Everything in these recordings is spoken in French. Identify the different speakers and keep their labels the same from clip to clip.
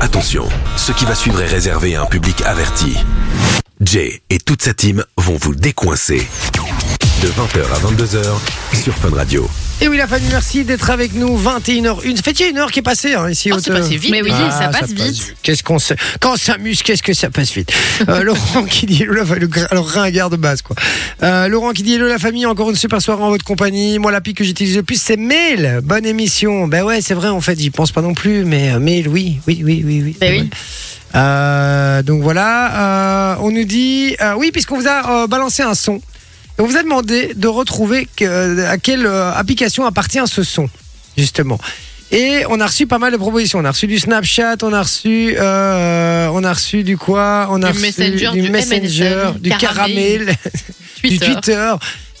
Speaker 1: Attention, ce qui va suivre est réservé à un public averti. Jay et toute sa team vont vous décoincer de 20h à 22h sur Fun Radio.
Speaker 2: Et oui, la famille, merci d'être avec nous. 21h1. Ça fait une heure qui est passée hein, ici
Speaker 3: Oh,
Speaker 2: au
Speaker 3: c'est passé vite.
Speaker 4: Mais oui,
Speaker 2: Ah,
Speaker 4: ça passe vite.
Speaker 2: Qu'est-ce qu'on se... Quand on s'amuse, qu'est-ce que ça passe vite. Euh, Laurent qui dit hello la famille. Alors, ringard de base, quoi. Euh, Laurent qui dit hello la famille. Encore une super soirée en votre compagnie. Moi, la pique que j'utilise le plus, c'est mail. Bonne émission. Ben ouais, c'est vrai, en fait, j'y pense pas non plus. Mais euh, mail, oui, oui, oui, oui. oui,
Speaker 4: Ben
Speaker 2: c'est
Speaker 4: oui.
Speaker 2: vrai. Euh, donc voilà. euh, on nous dit. euh, oui, puisqu'on vous a euh, balancé un son. Et on vous a demandé de retrouver que- à quelle euh, application appartient ce son, justement. Et on a reçu pas mal de propositions. On a reçu du Snapchat, on a reçu, euh, on a reçu du quoi On a
Speaker 3: Du
Speaker 2: reçu
Speaker 3: Messenger,
Speaker 2: du,
Speaker 3: du
Speaker 2: Messenger,
Speaker 3: MSN,
Speaker 2: du
Speaker 3: Caramel,
Speaker 2: caramel, du Twitter.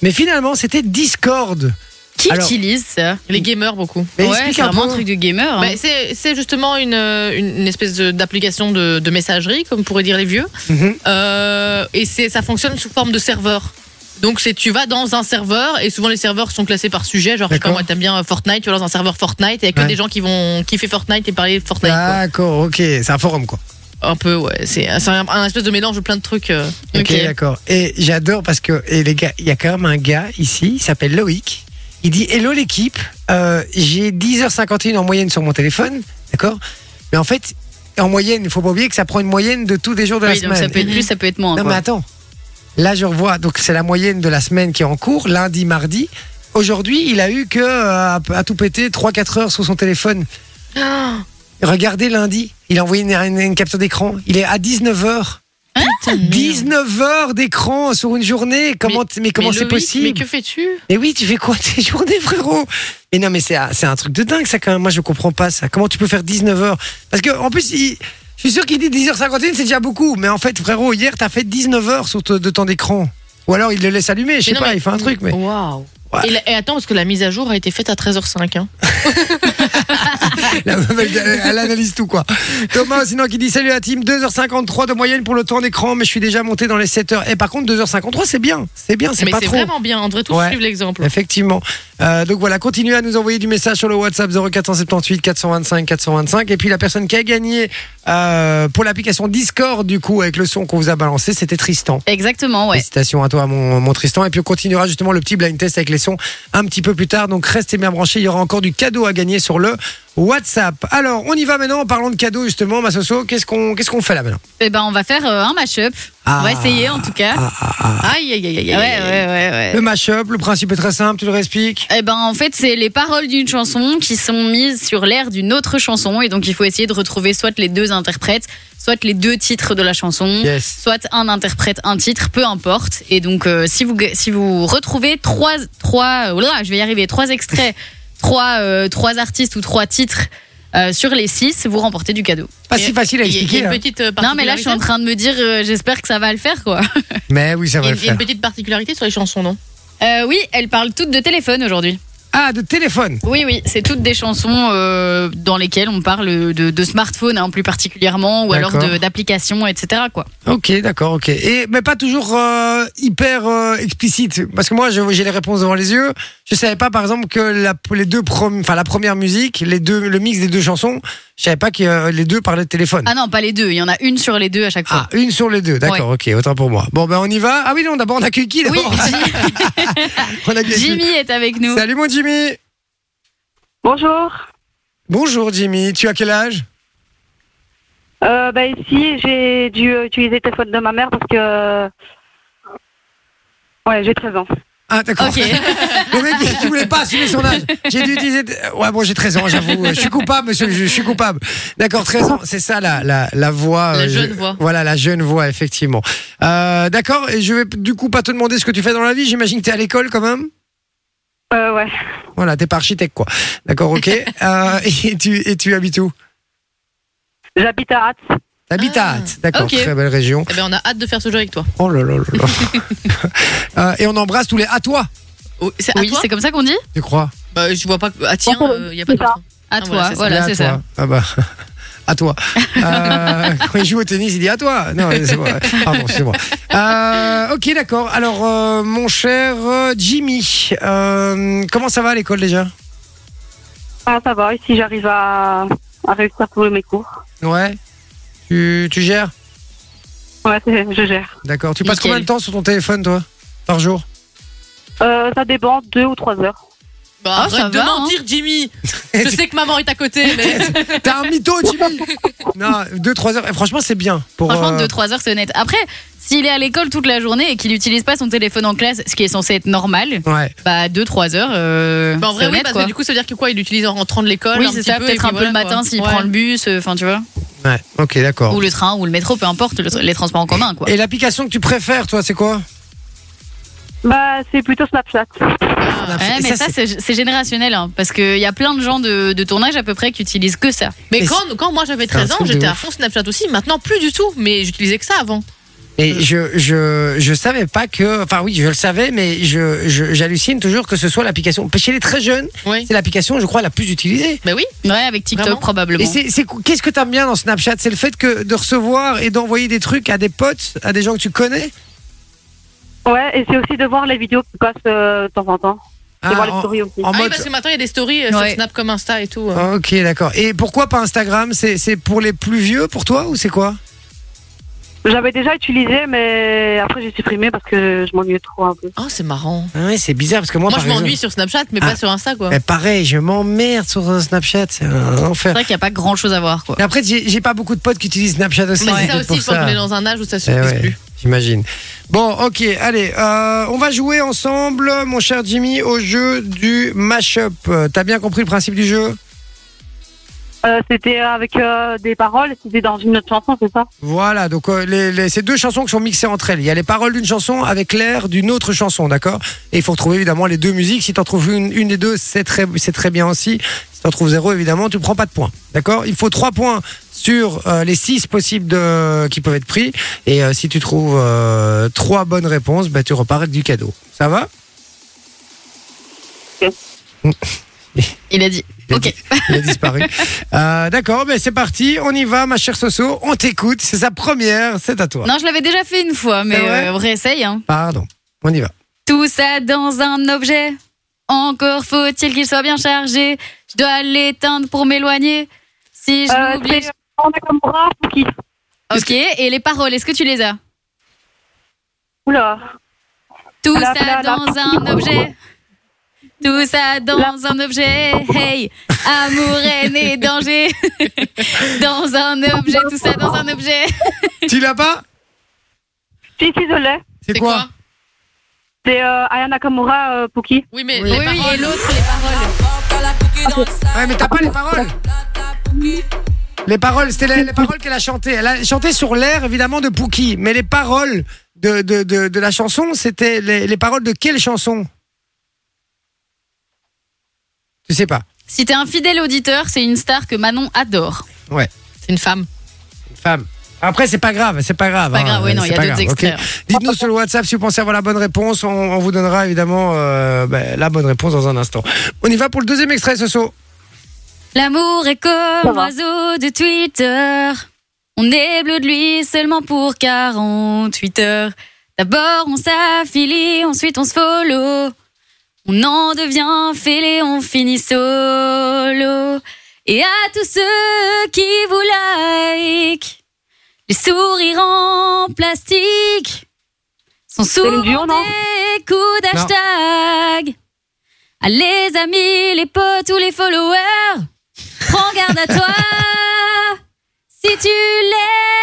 Speaker 2: Mais finalement, c'était Discord.
Speaker 4: Qui
Speaker 2: Alors-
Speaker 4: utilise ça
Speaker 3: Les gamers, beaucoup.
Speaker 2: Mais
Speaker 4: Ouais,
Speaker 2: explique
Speaker 4: c'est
Speaker 2: un
Speaker 4: vraiment
Speaker 2: peu.
Speaker 4: un truc de gamer. hein.
Speaker 3: Bah, c'est c'est justement une, euh, une, une espèce de- d'application de, de messagerie, comme pourraient dire les vieux.
Speaker 2: Mhm.
Speaker 3: Euh, et c'est- ça fonctionne sous forme de serveur. Donc c'est tu vas dans un serveur et souvent les serveurs sont classés par sujet. Genre je sais pas
Speaker 2: D'accord.
Speaker 3: moi t'aimes bien Fortnite, tu vas dans un serveur Fortnite et avec que
Speaker 2: Ouais.
Speaker 3: des gens qui vont kiffer Fortnite et parler de Fortnite. quoi.
Speaker 2: D'accord, ok. C'est un forum, quoi.
Speaker 3: Un peu ouais, c'est c'est un, un espèce de mélange de plein de trucs. euh.
Speaker 2: Ah. Ok,
Speaker 4: Ok.
Speaker 2: d'accord. Et j'adore parce que, et les gars, il y a quand même un gars ici, il s'appelle Loïc. Il dit Hello l'équipe, Euh, j'ai 10h51 en moyenne sur mon téléphone, d'accord Mais en fait, en moyenne, il faut pas oublier que ça prend une moyenne de tous les jours de la
Speaker 4: Oui,
Speaker 2: semaine.
Speaker 4: donc ça peut être plus, ça peut être moins.
Speaker 2: Non,
Speaker 4: quoi.
Speaker 2: mais attends. Là, je revois. Donc, c'est la moyenne de la semaine qui est en cours, lundi, mardi. Aujourd'hui, il a eu que, euh, à tout péter, 3-4 heures sur son téléphone. Regardez lundi. Il a envoyé une, une- une capture d'écran. Il est à 19h.
Speaker 3: Ah,
Speaker 2: 19 heures d'écran sur une journée. Comment, t- mais, comment
Speaker 3: Mais
Speaker 2: c'est
Speaker 3: Loïc, Mais
Speaker 2: possible
Speaker 3: que fais-tu
Speaker 2: Mais oui, tu fais quoi tes journées, frérot Mais non, mais c'est un- c'est un truc de dingue, ça, quand même. Moi, je comprends pas ça. Comment tu peux faire 19 heures Parce que, en plus, il- je suis sûr qu'il dit 10h51, c'est déjà beaucoup. Mais en fait, frérot, hier, t'as fait 19 heures sur te- de temps d'écran. Ou alors, il le laisse allumer, je sais
Speaker 3: Mais non,
Speaker 2: pas,
Speaker 3: mais-
Speaker 2: il fait un truc, mais.
Speaker 3: Waouh.
Speaker 2: Ouais.
Speaker 3: Et, la- et attends parce que la mise à jour a été faite à 13h05. hein.
Speaker 2: La meuf, elle, elle- elle analyse tout, quoi. Thomas, sinon, qui dit salut à la team, 2h53 de moyenne pour le temps d'écran, mais je suis déjà monté dans les 7 heures. Et par contre, 2h53, c'est bien. C'est bien, c'est
Speaker 3: Mais
Speaker 2: pas
Speaker 3: c'est
Speaker 2: trop.
Speaker 3: vraiment bien. On devrait tous
Speaker 2: Ouais.
Speaker 3: suivre l'exemple.
Speaker 2: Effectivement. Euh, donc voilà, continuez à nous envoyer du message sur le WhatsApp 0478 425 425. Et puis la personne qui a gagné euh, pour l'application Discord, du coup, avec le son qu'on vous a balancé, c'était Tristan.
Speaker 4: Exactement, ouais.
Speaker 2: Félicitations à toi, mon, mon Tristan. Et puis on continuera justement le petit blind test avec les sons un petit peu plus tard. Donc restez bien branchés. Il y aura encore du cadeau à gagner sur le WhatsApp. Alors, on y va maintenant. Parlons de cadeaux justement. Massoso, qu'est-ce qu'on qu'est-ce qu'on fait là maintenant
Speaker 4: Eh ben, on va faire euh, un mash-up.
Speaker 2: Ah.
Speaker 4: On va essayer, en tout cas.
Speaker 2: Ah, ah, ah.
Speaker 3: Aïe aïe aïe aïe.
Speaker 4: Ouais,
Speaker 3: aïe,
Speaker 4: ouais,
Speaker 3: aïe.
Speaker 4: ouais, ouais.
Speaker 2: Le mashup, le principe est très simple. Tu le réexpliques
Speaker 4: Eh ben, en fait, c'est les paroles d'une chanson qui sont mises sur l'air d'une autre chanson. Et donc, il faut essayer de retrouver soit les deux interprètes, soit les deux titres de la chanson,
Speaker 3: Mmh.
Speaker 2: Yes.
Speaker 4: soit un interprète, un titre, peu importe. Et donc, euh, si, vous, si vous retrouvez trois, trois, oh là, je vais y arriver, trois extraits, trois, euh, trois artistes ou trois titres euh, sur les six, vous remportez du cadeau.
Speaker 2: Pas
Speaker 3: Et-
Speaker 2: si facile à
Speaker 3: Il y a- il y
Speaker 2: expliquer.
Speaker 3: a
Speaker 2: hein.
Speaker 3: une petite euh,
Speaker 4: Non, mais là, je suis en train de me dire, euh, j'espère que ça va le faire, quoi.
Speaker 2: Mais oui, ça
Speaker 3: particularité. Il y
Speaker 2: va
Speaker 3: a
Speaker 2: le
Speaker 3: une- il y a
Speaker 2: faire.
Speaker 3: une petite particularité sur les chansons, non
Speaker 4: Euh, oui, elles parlent toutes de téléphone aujourd'hui.
Speaker 2: Ah, de téléphone.
Speaker 4: Oui, oui, c'est toutes des chansons euh, dans lesquelles on parle de, de smartphone, hein, plus particulièrement, ou alors
Speaker 2: D'accord. Mm.
Speaker 4: de- d'applications, etc., quoi.
Speaker 2: Ok, d'accord, ok. Et mais pas toujours euh, hyper euh, explicite, parce que moi je- j'ai les réponses devant les yeux. Je savais pas, par exemple, que la, les deux prom- enfin la première musique, les deux, le mix des deux chansons, je savais pas que euh, les deux parlaient de téléphone.
Speaker 4: Ah non, pas les deux, il y en a une sur les deux à chaque fois.
Speaker 2: Ah, une sur les deux, d'accord, ok, autant pour moi. Bon, ben on y va. Ah oui, non, d'abord on accueille qui
Speaker 4: oui,
Speaker 2: d'abord On accueille qui
Speaker 4: Jimmy est avec nous.
Speaker 2: Salut mon Jimmy.
Speaker 5: Bonjour.
Speaker 2: Bonjour Jimmy, tu as quel âge
Speaker 5: Euh, bah ici, j'ai dû euh, utiliser le téléphone de ma mère parce que. Ouais, j'ai 13 ans.
Speaker 2: Ah d'accord.
Speaker 4: Ok.
Speaker 2: Le mec, il- tu voulais pas assumer son âge. J'ai dû utiliser. euh, Ouais, bon, j'ai 13 ans, j'avoue. Je suis coupable, monsieur. Je suis coupable. D'accord, 13 ans. C'est ça, la, la, la voix.
Speaker 3: La
Speaker 2: euh,
Speaker 3: jeune
Speaker 2: je-
Speaker 3: voix.
Speaker 2: Voilà, la jeune voix, effectivement. Euh, D'accord, et je vais du coup pas te demander ce que tu fais dans la vie. J'imagine que t'es à l'école quand même.
Speaker 5: Euh, ouais.
Speaker 2: Voilà, t'es pas architecte, quoi. D'accord, ok. Euh, et, tu, et tu habites où
Speaker 5: J'habite à Hatz.
Speaker 2: T'habites à Hatt. D'accord,
Speaker 3: Ah, ok.
Speaker 2: très belle région.
Speaker 3: Eh ben, on a hâte de faire ce jeu avec toi.
Speaker 2: Oh là là là là. Euh, et on embrasse tous les à toi,
Speaker 3: Oh, C'est à
Speaker 4: Oui,
Speaker 3: toi
Speaker 4: c'est comme ça qu'on dit
Speaker 2: tu crois
Speaker 3: Bah, Je vois pas. Ah tiens, il
Speaker 5: Bonjour.
Speaker 3: y a pas
Speaker 5: C'est ça.
Speaker 3: d'autre.
Speaker 4: À
Speaker 3: Ah,
Speaker 4: toi,
Speaker 3: voilà, c'est ça.
Speaker 4: voilà,
Speaker 2: Mais à
Speaker 4: c'est
Speaker 2: toi.
Speaker 4: ça.
Speaker 2: Ah bah. À toi. Euh, quand il joue au tennis, il dit à toi. Non, c'est moi. Pardon, c'est moi. Euh, ok, d'accord. Alors, euh, mon cher euh, Jimmy, euh, comment ça va à l'école déjà
Speaker 5: Ah, ça va. Ici, j'arrive à... à réussir tous mes cours.
Speaker 2: Ouais. Tu, tu gères
Speaker 5: Ouais, c'est- je gère.
Speaker 2: D'accord. Tu passes
Speaker 4: Nickel.
Speaker 2: combien de temps sur ton téléphone, toi Par jour
Speaker 5: Euh, ça dépend, deux ou trois heures.
Speaker 3: Bah,
Speaker 4: Ah, ça
Speaker 3: arrête de
Speaker 4: va,
Speaker 3: mentir, Jimmy. Je sais que maman est à côté, mais.
Speaker 2: T'as un mytho, Jimmy Non, 2-3 heures. Et franchement, c'est bien. Pour,
Speaker 4: Franchement,
Speaker 2: euh,
Speaker 4: 2-3 heures, c'est honnête. Après, s'il est à l'école toute la journée et qu'il n'utilise pas son téléphone en classe, ce qui est censé être normal,
Speaker 2: Ouais.
Speaker 4: bah 2-3 heures, euh,
Speaker 3: Bah, en vrai,
Speaker 4: c'est
Speaker 3: oui,
Speaker 4: honnête,
Speaker 3: parce
Speaker 4: quoi.
Speaker 3: que du coup, ça veut dire que quoi Il l'utilise en rentrant de l'école
Speaker 4: Oui,
Speaker 3: un
Speaker 4: c'est
Speaker 3: petit
Speaker 4: ça,
Speaker 3: peu, et
Speaker 4: peut-être
Speaker 3: puis
Speaker 4: un peu le
Speaker 3: voilà, quoi.
Speaker 4: matin s'il
Speaker 3: Ouais.
Speaker 4: prend le bus, euh, enfin tu vois,
Speaker 2: Ouais. Ok, d'accord.
Speaker 4: ou le train, ou le métro, peu importe, le- les transports en commun, quoi.
Speaker 2: Et l'application que tu préfères, toi, c'est quoi
Speaker 5: Bah, c'est plutôt Snapchat.
Speaker 4: Ouais, mais ça, c'est c'est générationnel, hein, parce qu'il y a plein de gens de, de tournage à peu près qui utilisent que ça.
Speaker 3: Mais
Speaker 2: Mais
Speaker 3: quand, quand moi j'avais
Speaker 2: c'est un
Speaker 3: 13 ans,
Speaker 2: truc de
Speaker 3: j'étais à
Speaker 2: ouf.
Speaker 3: fond Snapchat aussi. Maintenant, plus du tout. Mais j'utilisais que ça avant. Mm.
Speaker 2: Et je, je, je savais pas que. Enfin, oui, je le savais, mais je, je- j'hallucine toujours que ce soit l'application. Chez les très jeunes,
Speaker 3: Oui.
Speaker 2: c'est l'application, je crois, la plus utilisée.
Speaker 3: Bah oui.
Speaker 4: Ouais, avec TikTok
Speaker 3: Vraiment
Speaker 4: probablement.
Speaker 2: Et c'est, c'est cou- qu'est-ce que t'aimes bien dans Snapchat C'est le fait que de recevoir et d'envoyer des trucs à des potes, à des gens que tu connais
Speaker 5: Ouais, et c'est aussi de voir les vidéos qui passent euh, de temps en temps. De
Speaker 2: Ah,
Speaker 5: voir les
Speaker 2: en,
Speaker 5: stories aussi.
Speaker 2: en
Speaker 3: Ah oui,
Speaker 2: mode.
Speaker 3: parce que maintenant il y a des stories euh,
Speaker 4: Ouais.
Speaker 3: sur Snap comme Insta et tout. euh.
Speaker 2: Ah, Ok, d'accord. Et pourquoi pas Instagram c'est, c'est pour les plus vieux, pour toi, ou c'est quoi
Speaker 5: J'avais déjà utilisé, mais après j'ai supprimé parce que je m'ennuyais trop un peu.
Speaker 3: Ah, c'est marrant.
Speaker 2: Ah Ouais, c'est bizarre parce que moi,
Speaker 3: Moi,
Speaker 2: par
Speaker 3: je m'ennuie
Speaker 2: exemple-
Speaker 3: sur Snapchat, mais
Speaker 2: Ah.
Speaker 3: pas sur Insta, quoi.
Speaker 2: Mais pareil, je m'emmerde sur euh, Snapchat, c'est un
Speaker 4: C'est
Speaker 2: enfer.
Speaker 4: vrai qu'il n'y a pas grand chose à voir, quoi.
Speaker 2: Mais après, j'ai, j'ai pas beaucoup de potes qui utilisent Snapchat aussi.
Speaker 3: Mais
Speaker 2: c'est
Speaker 3: c'est ça
Speaker 2: peut-être
Speaker 3: aussi,
Speaker 2: pour
Speaker 3: quand
Speaker 2: ça.
Speaker 3: on est dans un âge où ça
Speaker 2: Eh
Speaker 3: se
Speaker 2: ouais,
Speaker 3: plus.
Speaker 2: J'imagine. Bon, ok, allez, euh, on va jouer ensemble, mon cher Jimmy, au jeu du mashup. Euh, T'as bien compris le principe du jeu
Speaker 5: Euh, c'était avec euh, des paroles, c'était dans une autre chanson, c'est ça
Speaker 2: Voilà, donc euh, les, les- ces deux chansons qui sont mixées entre elles. Il y a les paroles d'une chanson avec l'air d'une autre chanson, d'accord Et il faut retrouver évidemment les deux musiques. Si t'en trouves une, une des deux, c'est très, c'est très bien aussi. Si t'en trouves zéro, évidemment, tu prends pas de points, d'accord Il faut trois points sur euh, les six possibles de, qui peuvent être pris. Et euh, si tu trouves euh, trois bonnes réponses, bah, tu repars avec du cadeau. Ça va
Speaker 4: Il a dit.
Speaker 2: Il a
Speaker 4: Ok.
Speaker 2: di- Il a disparu. Euh, D'accord, ben c'est parti, on y va, ma chère Soso, on t'écoute, c'est sa première, c'est à toi.
Speaker 4: Non, je l'avais déjà fait une fois, mais
Speaker 3: Ah
Speaker 2: C'est vrai
Speaker 4: euh, réessaye. Hein.
Speaker 2: Pardon, on y va.
Speaker 4: Tout ça dans un objet. Encore faut-il qu'il soit bien chargé. Je dois l'éteindre pour m'éloigner. Si je
Speaker 3: Ah,
Speaker 5: Euh,
Speaker 4: l'oublie.
Speaker 5: c'est, euh, On a comme bras pour qui
Speaker 4: Ok, et les paroles, est-ce que tu les as
Speaker 5: Oula.
Speaker 4: Tout
Speaker 5: La-
Speaker 4: ça
Speaker 5: la- la-
Speaker 4: dans un objet. Tout ça dans un objet. Hey, amour, haine et danger. dans un objet, tout ça dans un objet.
Speaker 2: tu l'as pas
Speaker 5: Si, si, je l'ai.
Speaker 2: C'est quoi,
Speaker 5: C'est euh, Aya Nakamura euh, Pookie.
Speaker 3: Oui, mais
Speaker 4: Oui,
Speaker 3: les
Speaker 4: oui, et
Speaker 3: paroles.
Speaker 4: l'autre, les paroles.
Speaker 2: Ouais, mais t'as pas les paroles Les paroles, c'était les, les paroles qu'elle a chantées. Elle a chanté sur l'air, évidemment, de Pookie, mais les paroles de, de, de, de la chanson, c'était les, les paroles de quelle chanson Tu sais pas.
Speaker 4: Si t'es un fidèle auditeur, c'est une star que Manon adore.
Speaker 3: C'est une femme.
Speaker 2: Femme. Après, c'est pas grave, c'est pas grave.
Speaker 4: Pas
Speaker 2: hein,
Speaker 4: grave, oui, non,
Speaker 2: c'est
Speaker 4: il y a
Speaker 2: pas
Speaker 4: d'autres
Speaker 2: grave, ok
Speaker 4: extraits.
Speaker 2: Dites-nous sur le WhatsApp si vous pensez avoir la bonne réponse. On, on vous donnera évidemment euh, ben, la bonne réponse dans un instant. On y va pour le deuxième extrait, Soso.
Speaker 4: L'amour est
Speaker 5: Ça
Speaker 4: comme
Speaker 5: va.
Speaker 4: l'oiseau de Twitter. On est bleu de lui seulement pour 48 heures. D'abord on s'affilie, ensuite on se follow. On en devient fêlé, on finit solo. Et à tous ceux qui vous like, les sourires en plastique sont
Speaker 5: le duo,
Speaker 4: souvent
Speaker 5: non
Speaker 4: des coups d'hashtag. Ah, les amis, les potes ou les followers, prends garde à toi. Si tu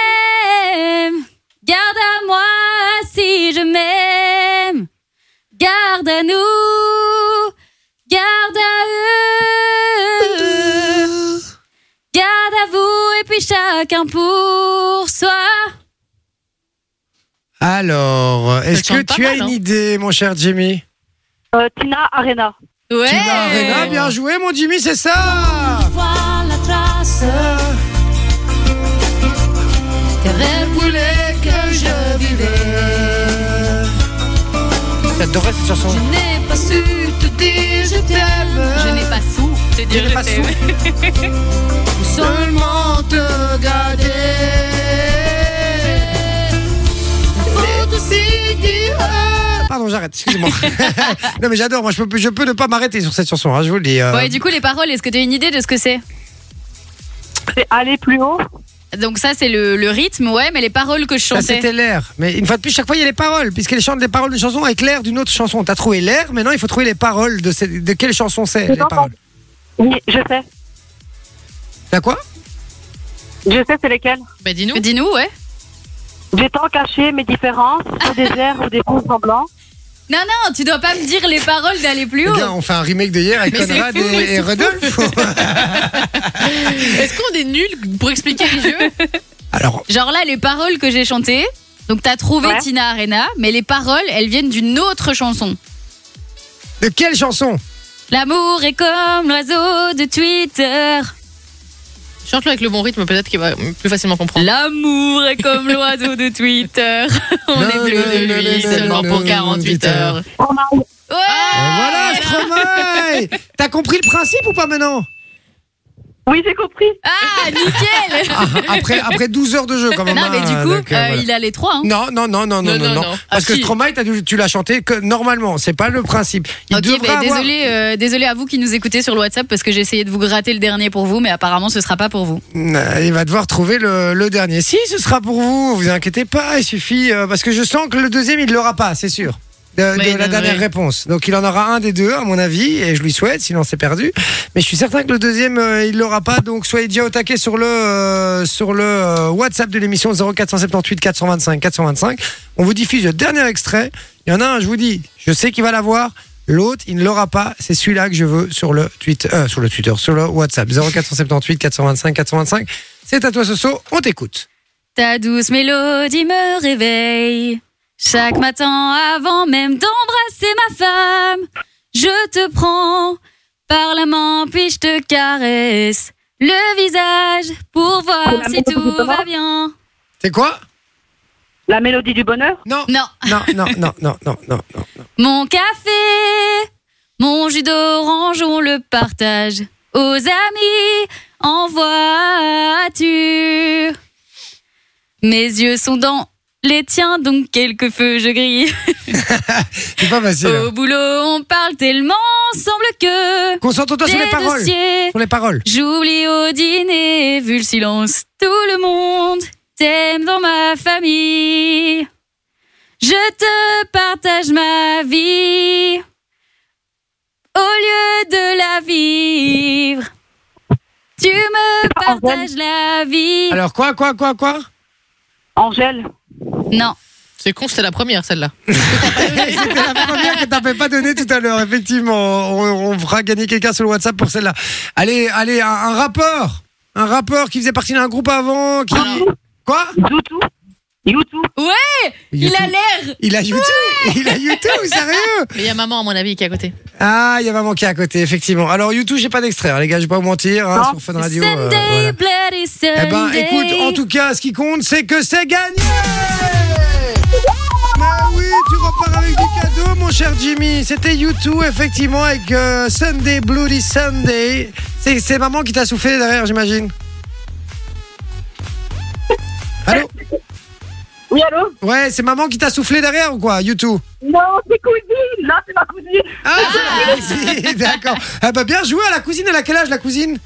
Speaker 4: l'aimes, garde à moi si je m'aime. Garde à nous, garde à eux. Garde à vous et puis chacun pour soi.
Speaker 2: Alors, est-ce
Speaker 3: chante
Speaker 2: que
Speaker 3: pas
Speaker 2: tu as
Speaker 3: mal,
Speaker 2: une
Speaker 3: hein.
Speaker 2: idée, mon cher Jimmy
Speaker 5: Euh, Tina Arena.
Speaker 4: Ouais.
Speaker 2: Tina Arena, bien joué, mon Jimmy, c'est ça
Speaker 4: Voir la trace. Tes rêves voulaient que je
Speaker 2: vivais. J'adorais cette chanson.
Speaker 4: Je n'ai pas su te dire je t'aime. Je n'ai pas su te dire
Speaker 2: n'ai pas su. Seulement te Pardon, j'arrête, excusez-moi. non, mais j'adore, moi je peux, je peux ne pas m'arrêter sur cette chanson, hein, je vous le dis. euh.
Speaker 4: Ouais, du coup, les paroles, est-ce que tu as une idée de ce que c'est
Speaker 5: C'est Aller plus haut.
Speaker 4: donc ça c'est le, le rythme, ouais, mais les paroles que je
Speaker 2: Là,
Speaker 4: chantais.
Speaker 2: c'était l'air. Mais une fois de plus, chaque fois, il y a les paroles, puisqu'elle chante les paroles d'une chanson avec l'air d'une autre chanson. T'as trouvé l'air, maintenant, il faut trouver les paroles de, cette- de quelle chanson c'est,
Speaker 5: Je
Speaker 2: les
Speaker 5: t'entends.
Speaker 2: paroles.
Speaker 5: Oui, je sais.
Speaker 2: T'as quoi
Speaker 5: Je sais c'est lesquels.
Speaker 3: Bah dis-nous.
Speaker 4: Dis-nous, ouais.
Speaker 5: J'ai tant caché mes différences au désert ou des ponts semblants.
Speaker 4: Non, non, tu dois pas me dire les paroles d'aller plus
Speaker 2: Eh
Speaker 4: haut.
Speaker 2: bien, on fait un remake de hier avec
Speaker 3: Mais c'est
Speaker 2: Conrad
Speaker 3: fou,
Speaker 2: et,
Speaker 3: mais c'est
Speaker 2: et
Speaker 3: fou.
Speaker 2: Rodolphe.
Speaker 3: Est-ce qu'on est nuls pour expliquer les jeux
Speaker 2: Alors,
Speaker 4: Genre là, les paroles que j'ai chantées, donc t'as trouvé
Speaker 5: Ouais.
Speaker 4: Tina Arena, mais les paroles, elles viennent d'une autre chanson.
Speaker 2: de quelle chanson
Speaker 4: L'amour est comme l'oiseau de Twitter.
Speaker 3: Chante-le avec le bon rythme, peut-être qu'il va plus facilement comprendre.
Speaker 4: L'amour est comme l'oiseau de Twitter. on
Speaker 2: Non,
Speaker 4: est bleu
Speaker 2: non,
Speaker 4: de
Speaker 2: non,
Speaker 4: lui
Speaker 2: non,
Speaker 4: seulement
Speaker 2: non,
Speaker 4: pour
Speaker 2: non,
Speaker 4: 48
Speaker 2: non,
Speaker 4: heures.
Speaker 5: Stromae.
Speaker 4: Ouais
Speaker 2: Et Ah, ben Voilà,
Speaker 4: Ah,
Speaker 2: Stromae T'as compris le principe ou pas maintenant
Speaker 5: Oui, j'ai compris.
Speaker 4: Ah, nickel
Speaker 2: Ah, après, après 12 heures de jeu, quand même.
Speaker 4: Non, mais du
Speaker 2: hein,
Speaker 4: coup,
Speaker 2: donc, euh,
Speaker 4: euh,
Speaker 2: voilà.
Speaker 4: il a les trois. hein.
Speaker 2: Non, non, non, non, non, non, non.
Speaker 3: Ah,
Speaker 2: Parce que
Speaker 3: si.
Speaker 2: Stromae, t'as dû- tu l'as chanté que normalement, c'est pas le principe. Il
Speaker 4: Ok,
Speaker 2: devrait avoir-
Speaker 4: bah, désolé, euh, désolé à vous qui nous écoutez sur le WhatsApp parce que j'ai essayé de vous gratter le dernier pour vous, mais apparemment ce sera pas pour vous.
Speaker 2: Euh, Il va devoir trouver le, le dernier. Si, ce sera pour vous, vous inquiétez pas, il suffit. euh, parce que je sens que le deuxième, il l'aura pas, c'est sûr. De,
Speaker 3: Mais
Speaker 2: de la
Speaker 3: non,
Speaker 2: dernière
Speaker 3: ouais.
Speaker 2: réponse. Donc il en aura un des deux, à mon avis, et je lui souhaite, sinon c'est perdu. Mais je suis certain que le deuxième, euh, il l'aura pas. Donc soyez déjà au taquet sur le, euh, sur le euh, WhatsApp de l'émission 0478 425 425. On vous diffuse le dernier extrait. Il y en a un, je vous dis, je sais qu'il va l'avoir. L'autre, il ne l'aura pas. C'est celui-là que je veux sur le Twitter, euh, sur le Twitter, sur le WhatsApp 0478 425 425. C'est à toi, Soso. On t'écoute.
Speaker 4: Ta douce mélodie me réveille. Chaque matin, avant même d'embrasser ma femme, je te prends par la main, puis je te caresse le visage pour voir si tout va bien.
Speaker 2: C'est quoi
Speaker 5: La mélodie du bonheur.
Speaker 2: Non.
Speaker 4: Non,
Speaker 2: Non, non, non, non, non, non, non.
Speaker 4: mon café, mon jus d'orange, on le partage aux amis en voiture. Mes yeux sont dans les tiens, donc quelques feux je grille.
Speaker 2: C'est pas facile. hein.
Speaker 4: Au boulot, on parle tellement ensemble que
Speaker 2: Concentre-toi Ah, sur les
Speaker 4: des
Speaker 2: paroles.
Speaker 4: dossiers,
Speaker 2: Sur les paroles.
Speaker 4: j'oublie au dîner, vu le silence, tout le monde t'aime dans ma famille. Je te partage ma vie au lieu de la vivre. Tu me
Speaker 5: pas
Speaker 4: partages la vie.
Speaker 2: Alors quoi, quoi, quoi, quoi
Speaker 5: Angèle.
Speaker 4: non,
Speaker 3: C'est con, c'était la première celle-là.
Speaker 2: C'était la première que t'avais pas donnée tout à l'heure. Effectivement, on, on fera gagner quelqu'un sur le WhatsApp pour celle-là. Allez, allez, un, un rappeur, un rappeur qui faisait partie d'un groupe avant. Qui...
Speaker 4: Ah.
Speaker 2: Quoi
Speaker 5: Youtou. Youtou.
Speaker 4: il a l'air.
Speaker 2: Il a YouTube Il a YouTube, sérieux
Speaker 3: Mais il y a maman, à mon avis, qui est à côté.
Speaker 2: Ah, il y a maman qui est à côté, effectivement. Alors YouTube, j'ai pas d'extrait, hein, les gars, je vais pas vous mentir, hein,
Speaker 5: Non.
Speaker 2: sur Fun Radio. euh,
Speaker 4: Sunday,
Speaker 2: voilà.
Speaker 4: bloody
Speaker 2: Eh ben,
Speaker 4: Sunday.
Speaker 2: écoute, en tout cas, ce qui compte, c'est que c'est gagné Ah oui, tu repars avec du cadeau, mon cher Jimmy. C'était YouTube, effectivement, avec euh, Sunday Bloody Sunday. C'est c'est maman qui t'a soufflé derrière, j'imagine. Allô
Speaker 5: Oui, allô
Speaker 2: Ouais, c'est maman qui t'a soufflé derrière ou quoi, YouTube
Speaker 5: Non, c'est cousine. Non, c'est ma cousine.
Speaker 2: Ah, si, d'accord. Ah bah bien joué à la cousine. Elle a quel âge la cousine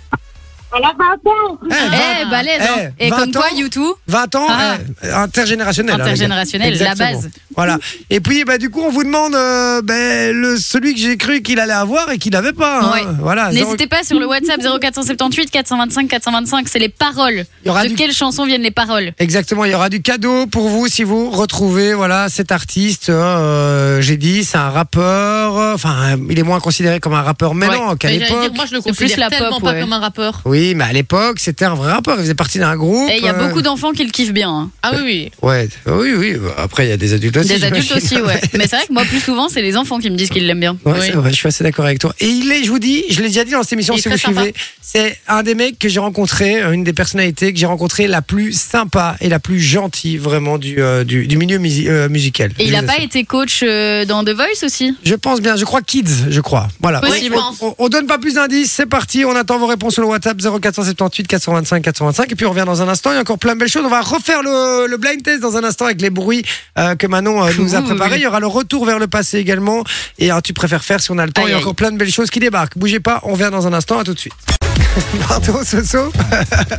Speaker 5: Elle a 20 ans.
Speaker 2: Eh,
Speaker 4: Eh,
Speaker 2: 20,
Speaker 4: balèze, hein.
Speaker 2: Eh,
Speaker 4: Et
Speaker 2: 20
Speaker 4: comme
Speaker 2: ans.
Speaker 4: toi, YouTube,
Speaker 2: 20 ans,
Speaker 4: Ah.
Speaker 2: eh, intergénérationnel. hein, les gars.
Speaker 4: intergénérationnel, la
Speaker 2: Exactement.
Speaker 4: base.
Speaker 2: Voilà. Et puis, bah, du coup, on vous demande euh, ben, le, celui que j'ai cru qu'il allait avoir et qu'il n'avait pas. hein.
Speaker 4: Ouais.
Speaker 2: Voilà. zéro-
Speaker 4: N'hésitez pas sur le WhatsApp 0478 425 425, c'est les paroles.
Speaker 2: Il y aura
Speaker 4: de
Speaker 2: du-
Speaker 4: quelle chanson viennent les paroles
Speaker 2: Exactement, il y aura du cadeau pour vous si vous retrouvez voilà cet artiste. euh, J'ai dit, c'est un rappeur. euh, Enfin, il est moins considéré comme un rappeur maintenant qu'à
Speaker 3: Mais j'allais dire,
Speaker 2: l'époque.
Speaker 3: Moi, je le
Speaker 4: c'est plus
Speaker 3: considère
Speaker 4: la
Speaker 3: tellement
Speaker 4: pop,
Speaker 3: pas
Speaker 4: ouais.
Speaker 3: comme un rappeur.
Speaker 2: Oui, mais à l'époque, c'était un vrai rappeur. Il faisait partie d'un groupe.
Speaker 4: Et Eh, il y a
Speaker 2: euh,
Speaker 4: beaucoup d'enfants qui le kiffent bien. hein.
Speaker 3: Ah oui, oui.
Speaker 2: Ouais, oui, oui. Après, il y a des adultes aussi.
Speaker 4: Des adultes
Speaker 2: Ah, j'imagine.
Speaker 4: aussi, ouais. Mais c'est vrai que moi, plus souvent, c'est les enfants qui me disent qu'ils l'aiment bien.
Speaker 2: Ouais,
Speaker 3: Oui.
Speaker 2: c'est vrai, je suis assez d'accord avec toi. Et il est, je vous dis, je l'ai déjà dit dans cette émission,
Speaker 3: Il est
Speaker 2: si vous
Speaker 3: très sympa.
Speaker 2: suivez, c'est un des mecs que j'ai rencontré, euh, une des personnalités que j'ai rencontré la plus sympa et la plus gentille vraiment du, euh, du, du milieu musi- euh, musical.
Speaker 4: Et il n'a
Speaker 2: Je-
Speaker 4: pas été coach euh, dans The Voice aussi
Speaker 2: Je pense bien, je crois Kids, je crois. Voilà.
Speaker 3: Oui,
Speaker 2: On-
Speaker 3: je
Speaker 2: on,
Speaker 3: pense.
Speaker 2: on- on donne pas plus d'indices, c'est parti, on attend vos réponses sur le WhatsApp 0478 425 425 et puis on revient dans un instant, il y a encore plein de belles choses, on va refaire le, le blind test dans un instant avec les bruits euh, que Manon Manon euh, nous a
Speaker 4: Cool.
Speaker 2: préparé. Il y aura le retour vers le passé également. Et un tu préfères faire si on a le temps.
Speaker 4: Aïe,
Speaker 2: Il y a
Speaker 4: aïe.
Speaker 2: encore plein de belles choses qui débarquent. Bougez pas, on vient dans un instant. À tout de suite. Pardon, Soso.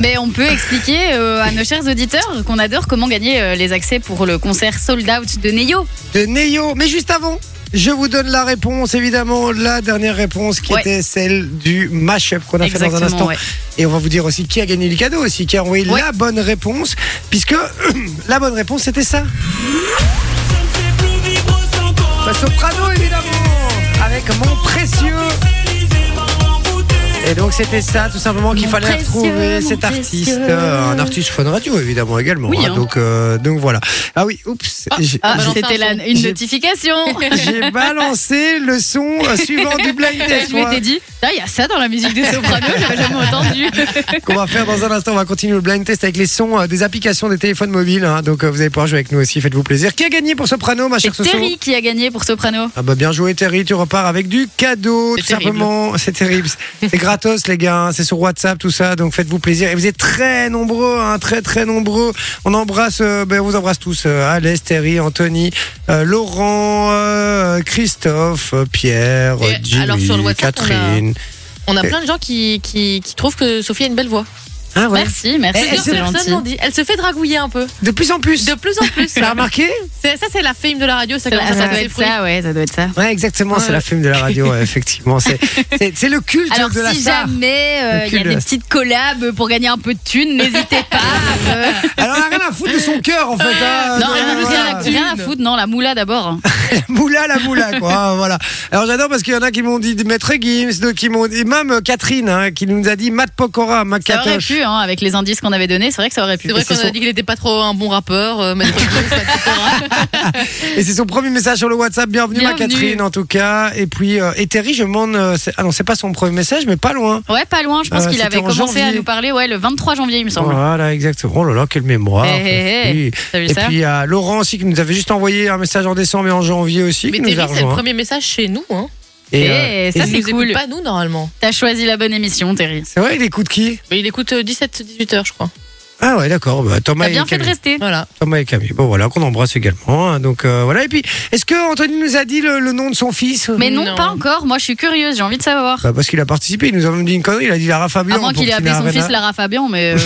Speaker 4: Mais on peut expliquer euh, à nos chers auditeurs qu'on adore comment gagner euh, les accès pour le concert sold out de Neyo.
Speaker 2: de Neo. Euh, Mais juste avant, je vous donne la réponse, évidemment, la dernière réponse qui
Speaker 4: Ouais.
Speaker 2: était celle du mashup qu'on a fait dans un instant.
Speaker 4: ouais.
Speaker 2: Et on va vous dire aussi qui a gagné le cadeau, aussi qui a envoyé
Speaker 4: Ouais.
Speaker 2: la bonne réponse, puisque la bonne réponse c'était ça. La Bah, soprano, évidemment, avec mon précieux. Et donc c'était ça tout simplement qu'il
Speaker 4: Mon
Speaker 2: fallait
Speaker 4: précieux,
Speaker 2: retrouver
Speaker 4: mon
Speaker 2: cet artiste,
Speaker 4: précieux.
Speaker 2: euh, un artiste fun radio évidemment également.
Speaker 4: Oui,
Speaker 2: hein.
Speaker 4: hein.
Speaker 2: donc euh, donc voilà. Ah oui, oups. j'ai-
Speaker 4: Ah,
Speaker 3: J'ai-
Speaker 4: c'était la- une
Speaker 2: J'ai-
Speaker 4: notification.
Speaker 2: j'ai balancé le son euh, suivant du blind test
Speaker 4: Je
Speaker 2: moi,
Speaker 4: m'étais dit, Ah, il y a ça dans la musique des sopranos, j'avais jamais entendu.
Speaker 2: qu'on va faire dans un instant. On va continuer le blind test avec les sons euh, des applications des téléphones mobiles. hein. donc euh, vous allez pouvoir jouer avec nous aussi. Faites-vous plaisir. Qui a gagné pour Soprano, ma chère
Speaker 4: C'est
Speaker 2: Soso
Speaker 4: Terry qui a gagné pour soprano.
Speaker 2: Ah bah bien joué Terry, tu repars avec du cadeau
Speaker 3: C'est
Speaker 2: tout
Speaker 3: terrible.
Speaker 2: simplement, c'est terrible. C'est gratos les gars, hein. c'est sur WhatsApp tout ça, donc faites-vous plaisir. Et vous êtes très nombreux, hein, très très nombreux. On embrasse, euh, ben, on vous embrasse tous. Euh, Alès, Terry, Anthony, euh, Laurent, euh, Christophe, euh, Pierre,
Speaker 3: Et
Speaker 2: euh, Jimmy,
Speaker 3: alors, sur le WhatsApp, on a-
Speaker 2: Catherine.
Speaker 3: On a plein de gens qui, qui, qui trouvent que Sophie a une belle voix.
Speaker 2: Ah ouais.
Speaker 4: Merci, merci,
Speaker 2: Eh, eh,
Speaker 4: c'est
Speaker 3: Personne
Speaker 4: gentil.
Speaker 3: n'en dit. Elle se fait dragouiller un peu.
Speaker 2: De plus en plus.
Speaker 3: De plus en plus.
Speaker 2: T'as remarqué
Speaker 3: C'est- ça, c'est la fame de la radio. Ça,
Speaker 4: Ça,
Speaker 2: Bah,
Speaker 3: commence à
Speaker 4: ça
Speaker 3: faire
Speaker 4: doit
Speaker 3: ses
Speaker 4: être
Speaker 3: fruits.
Speaker 4: ça, ouais, ça doit être ça.
Speaker 2: Ouais, exactement, c'est
Speaker 3: Ouais.
Speaker 2: la fume de la radio, ouais, effectivement. C'est- C'est c'est le culte
Speaker 4: Alors
Speaker 2: de la
Speaker 4: si
Speaker 2: star.
Speaker 4: jamais euh,
Speaker 2: Le
Speaker 4: il y a
Speaker 2: cul.
Speaker 4: des petites collabs pour gagner un peu de thunes, n'hésitez pas. Euh,
Speaker 2: Alors, on a rien à foutre de son cœur, en fait. hein.
Speaker 4: non,
Speaker 3: non,
Speaker 4: rien,
Speaker 3: non,
Speaker 4: rien
Speaker 3: non,
Speaker 4: à-
Speaker 3: non.
Speaker 4: rien à foutre, non, la moula d'abord.
Speaker 2: moula la moula quoi hein, voilà alors j'adore parce qu'il y en a qui m'ont dit Maître Gims d'autres qui m'ont dit même euh, Catherine hein, qui nous a dit Matt Pokora
Speaker 4: Ça aurait
Speaker 2: Macatoche
Speaker 4: pu, hein, avec les indices qu'on avait donnés, c'est vrai que ça aurait pu.
Speaker 3: C'est vrai
Speaker 4: Et
Speaker 3: qu'on
Speaker 4: ce
Speaker 3: a
Speaker 4: sont-
Speaker 3: dit qu'il n'était pas trop un bon rappeur. euh, Maître Gims, etc.
Speaker 2: et c'est son premier message sur le WhatsApp bienvenue, ma
Speaker 4: Bienvenue.
Speaker 2: Catherine en tout cas et puis euh, et Terry je me demande euh, c'est- ah non c'est pas son premier message mais pas loin
Speaker 4: Ouais, pas loin, je pense
Speaker 2: Euh,
Speaker 4: qu'il
Speaker 2: c'était
Speaker 4: avait
Speaker 2: en
Speaker 4: commencé à
Speaker 2: janvier.
Speaker 4: nous parler ouais, le 23 janvier, il me semble.
Speaker 2: voilà exactement oh là là quelle mémoire
Speaker 4: Eh, eh, eh.
Speaker 2: Oui.
Speaker 4: T'as vu
Speaker 2: et
Speaker 4: ça
Speaker 2: puis à Laurent aussi qui nous avait juste envoyé un message en décembre et en janvier aussi
Speaker 3: Mais
Speaker 2: qui nous a
Speaker 3: Terry, c'est le
Speaker 2: rejoint.
Speaker 3: premier message chez nous. Hein.
Speaker 2: et, euh,
Speaker 4: Eh, ça,
Speaker 2: et-
Speaker 4: c'est
Speaker 3: Il nous écoute
Speaker 4: cool.
Speaker 3: pas nous, normalement.
Speaker 4: T'as choisi la bonne émission, Terry.
Speaker 2: c'est vrai il écoute qui
Speaker 3: Mais il écoute 17-18 heures, je crois.
Speaker 2: ah ouais d'accord bah, Thomas
Speaker 4: T'as
Speaker 2: et
Speaker 4: bien fait de
Speaker 2: Camille.
Speaker 4: rester.
Speaker 3: Voilà.
Speaker 2: Thomas et Camille. Bon voilà, qu'on embrasse également. hein. donc euh, voilà. Et puis, est-ce que Anthony nous a dit le, le nom de son fils
Speaker 4: Mais non,
Speaker 3: Non.
Speaker 4: pas encore. Moi, je suis curieuse, j'ai envie de savoir.
Speaker 2: Bah, Parce qu'il a participé. Il nous a même dit une connerie. Il a dit Lara Fabian.
Speaker 4: à moins
Speaker 2: pour
Speaker 4: qu'il ait appelé son
Speaker 2: Tina
Speaker 4: fils
Speaker 2: Arena.
Speaker 4: Lara Fabian, mais euh,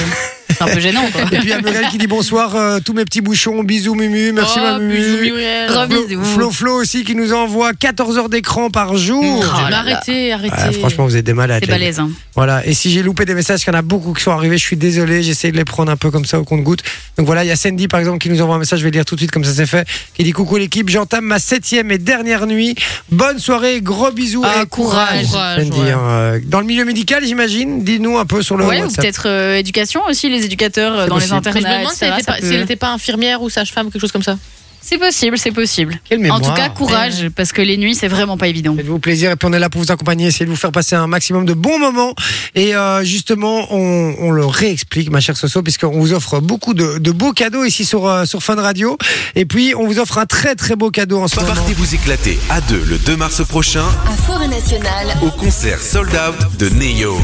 Speaker 4: c'est un peu gênant, quoi.
Speaker 2: Et puis il y a Muriel qui dit bonsoir, euh, tous mes petits bouchons, bisous Mumu, merci
Speaker 3: Oh,
Speaker 2: ma Mumu. Euh,
Speaker 3: bisous, Muriel.
Speaker 4: Re-
Speaker 2: Flo,
Speaker 4: Bisous.
Speaker 2: Flo Flo aussi qui nous envoie 14 heures d'écran par jour.
Speaker 4: Oh là là.
Speaker 3: arrêtez, arrêtez.
Speaker 2: Ah, franchement, vous êtes des malades.
Speaker 4: C'est
Speaker 2: les gars.
Speaker 4: balèze. hein.
Speaker 2: Voilà. Et si j'ai loupé des messages, qu'il y en a beaucoup qui sont arrivés, je suis désolé. J'essaie de les prendre un peu comme ça au compte-goutte. Donc voilà, il y a Sandy par exemple qui nous envoie un message. Je vais le lire tout de suite comme ça c'est fait. Qui dit coucou l'équipe, j'entame ma septième et dernière nuit. Bonne soirée, gros bisous
Speaker 3: Ah,
Speaker 2: et courage.
Speaker 3: courage,
Speaker 2: Sandy,
Speaker 3: ouais.
Speaker 2: hein, euh, Dans le milieu médical, j'imagine. Dis-nous un peu sur le
Speaker 4: Ouais, ou
Speaker 2: WhatsApp.
Speaker 4: peut-être euh, éducation aussi, les éducateurs euh,
Speaker 2: C'est
Speaker 4: dans les
Speaker 2: possible.
Speaker 3: Mais je me
Speaker 4: internats,
Speaker 3: demande si elle
Speaker 4: etc.,
Speaker 3: était
Speaker 4: ça
Speaker 3: pas-
Speaker 4: peut-
Speaker 3: si elle n'était pas infirmière ou sage-femme, quelque chose comme ça.
Speaker 4: C'est possible, c'est possible.
Speaker 2: Quelle
Speaker 4: En
Speaker 2: mémoire.
Speaker 4: tout cas, courage, parce que les nuits, c'est vraiment pas évident.
Speaker 2: Faites-vous plaisir et puis on est là pour vous accompagner, essayer de vous faire passer un maximum de bons moments. Et euh, justement, on, on le réexplique, ma chère Soso, puisqu'on vous offre beaucoup de, de beaux cadeaux ici sur, euh, sur Fun Radio. Et puis, on vous offre un très très beau cadeau en ce moment.
Speaker 1: Partez vous éclater à deux le 2 mars prochain
Speaker 6: à Forêt Nationale.
Speaker 1: au concert sold out de Neo.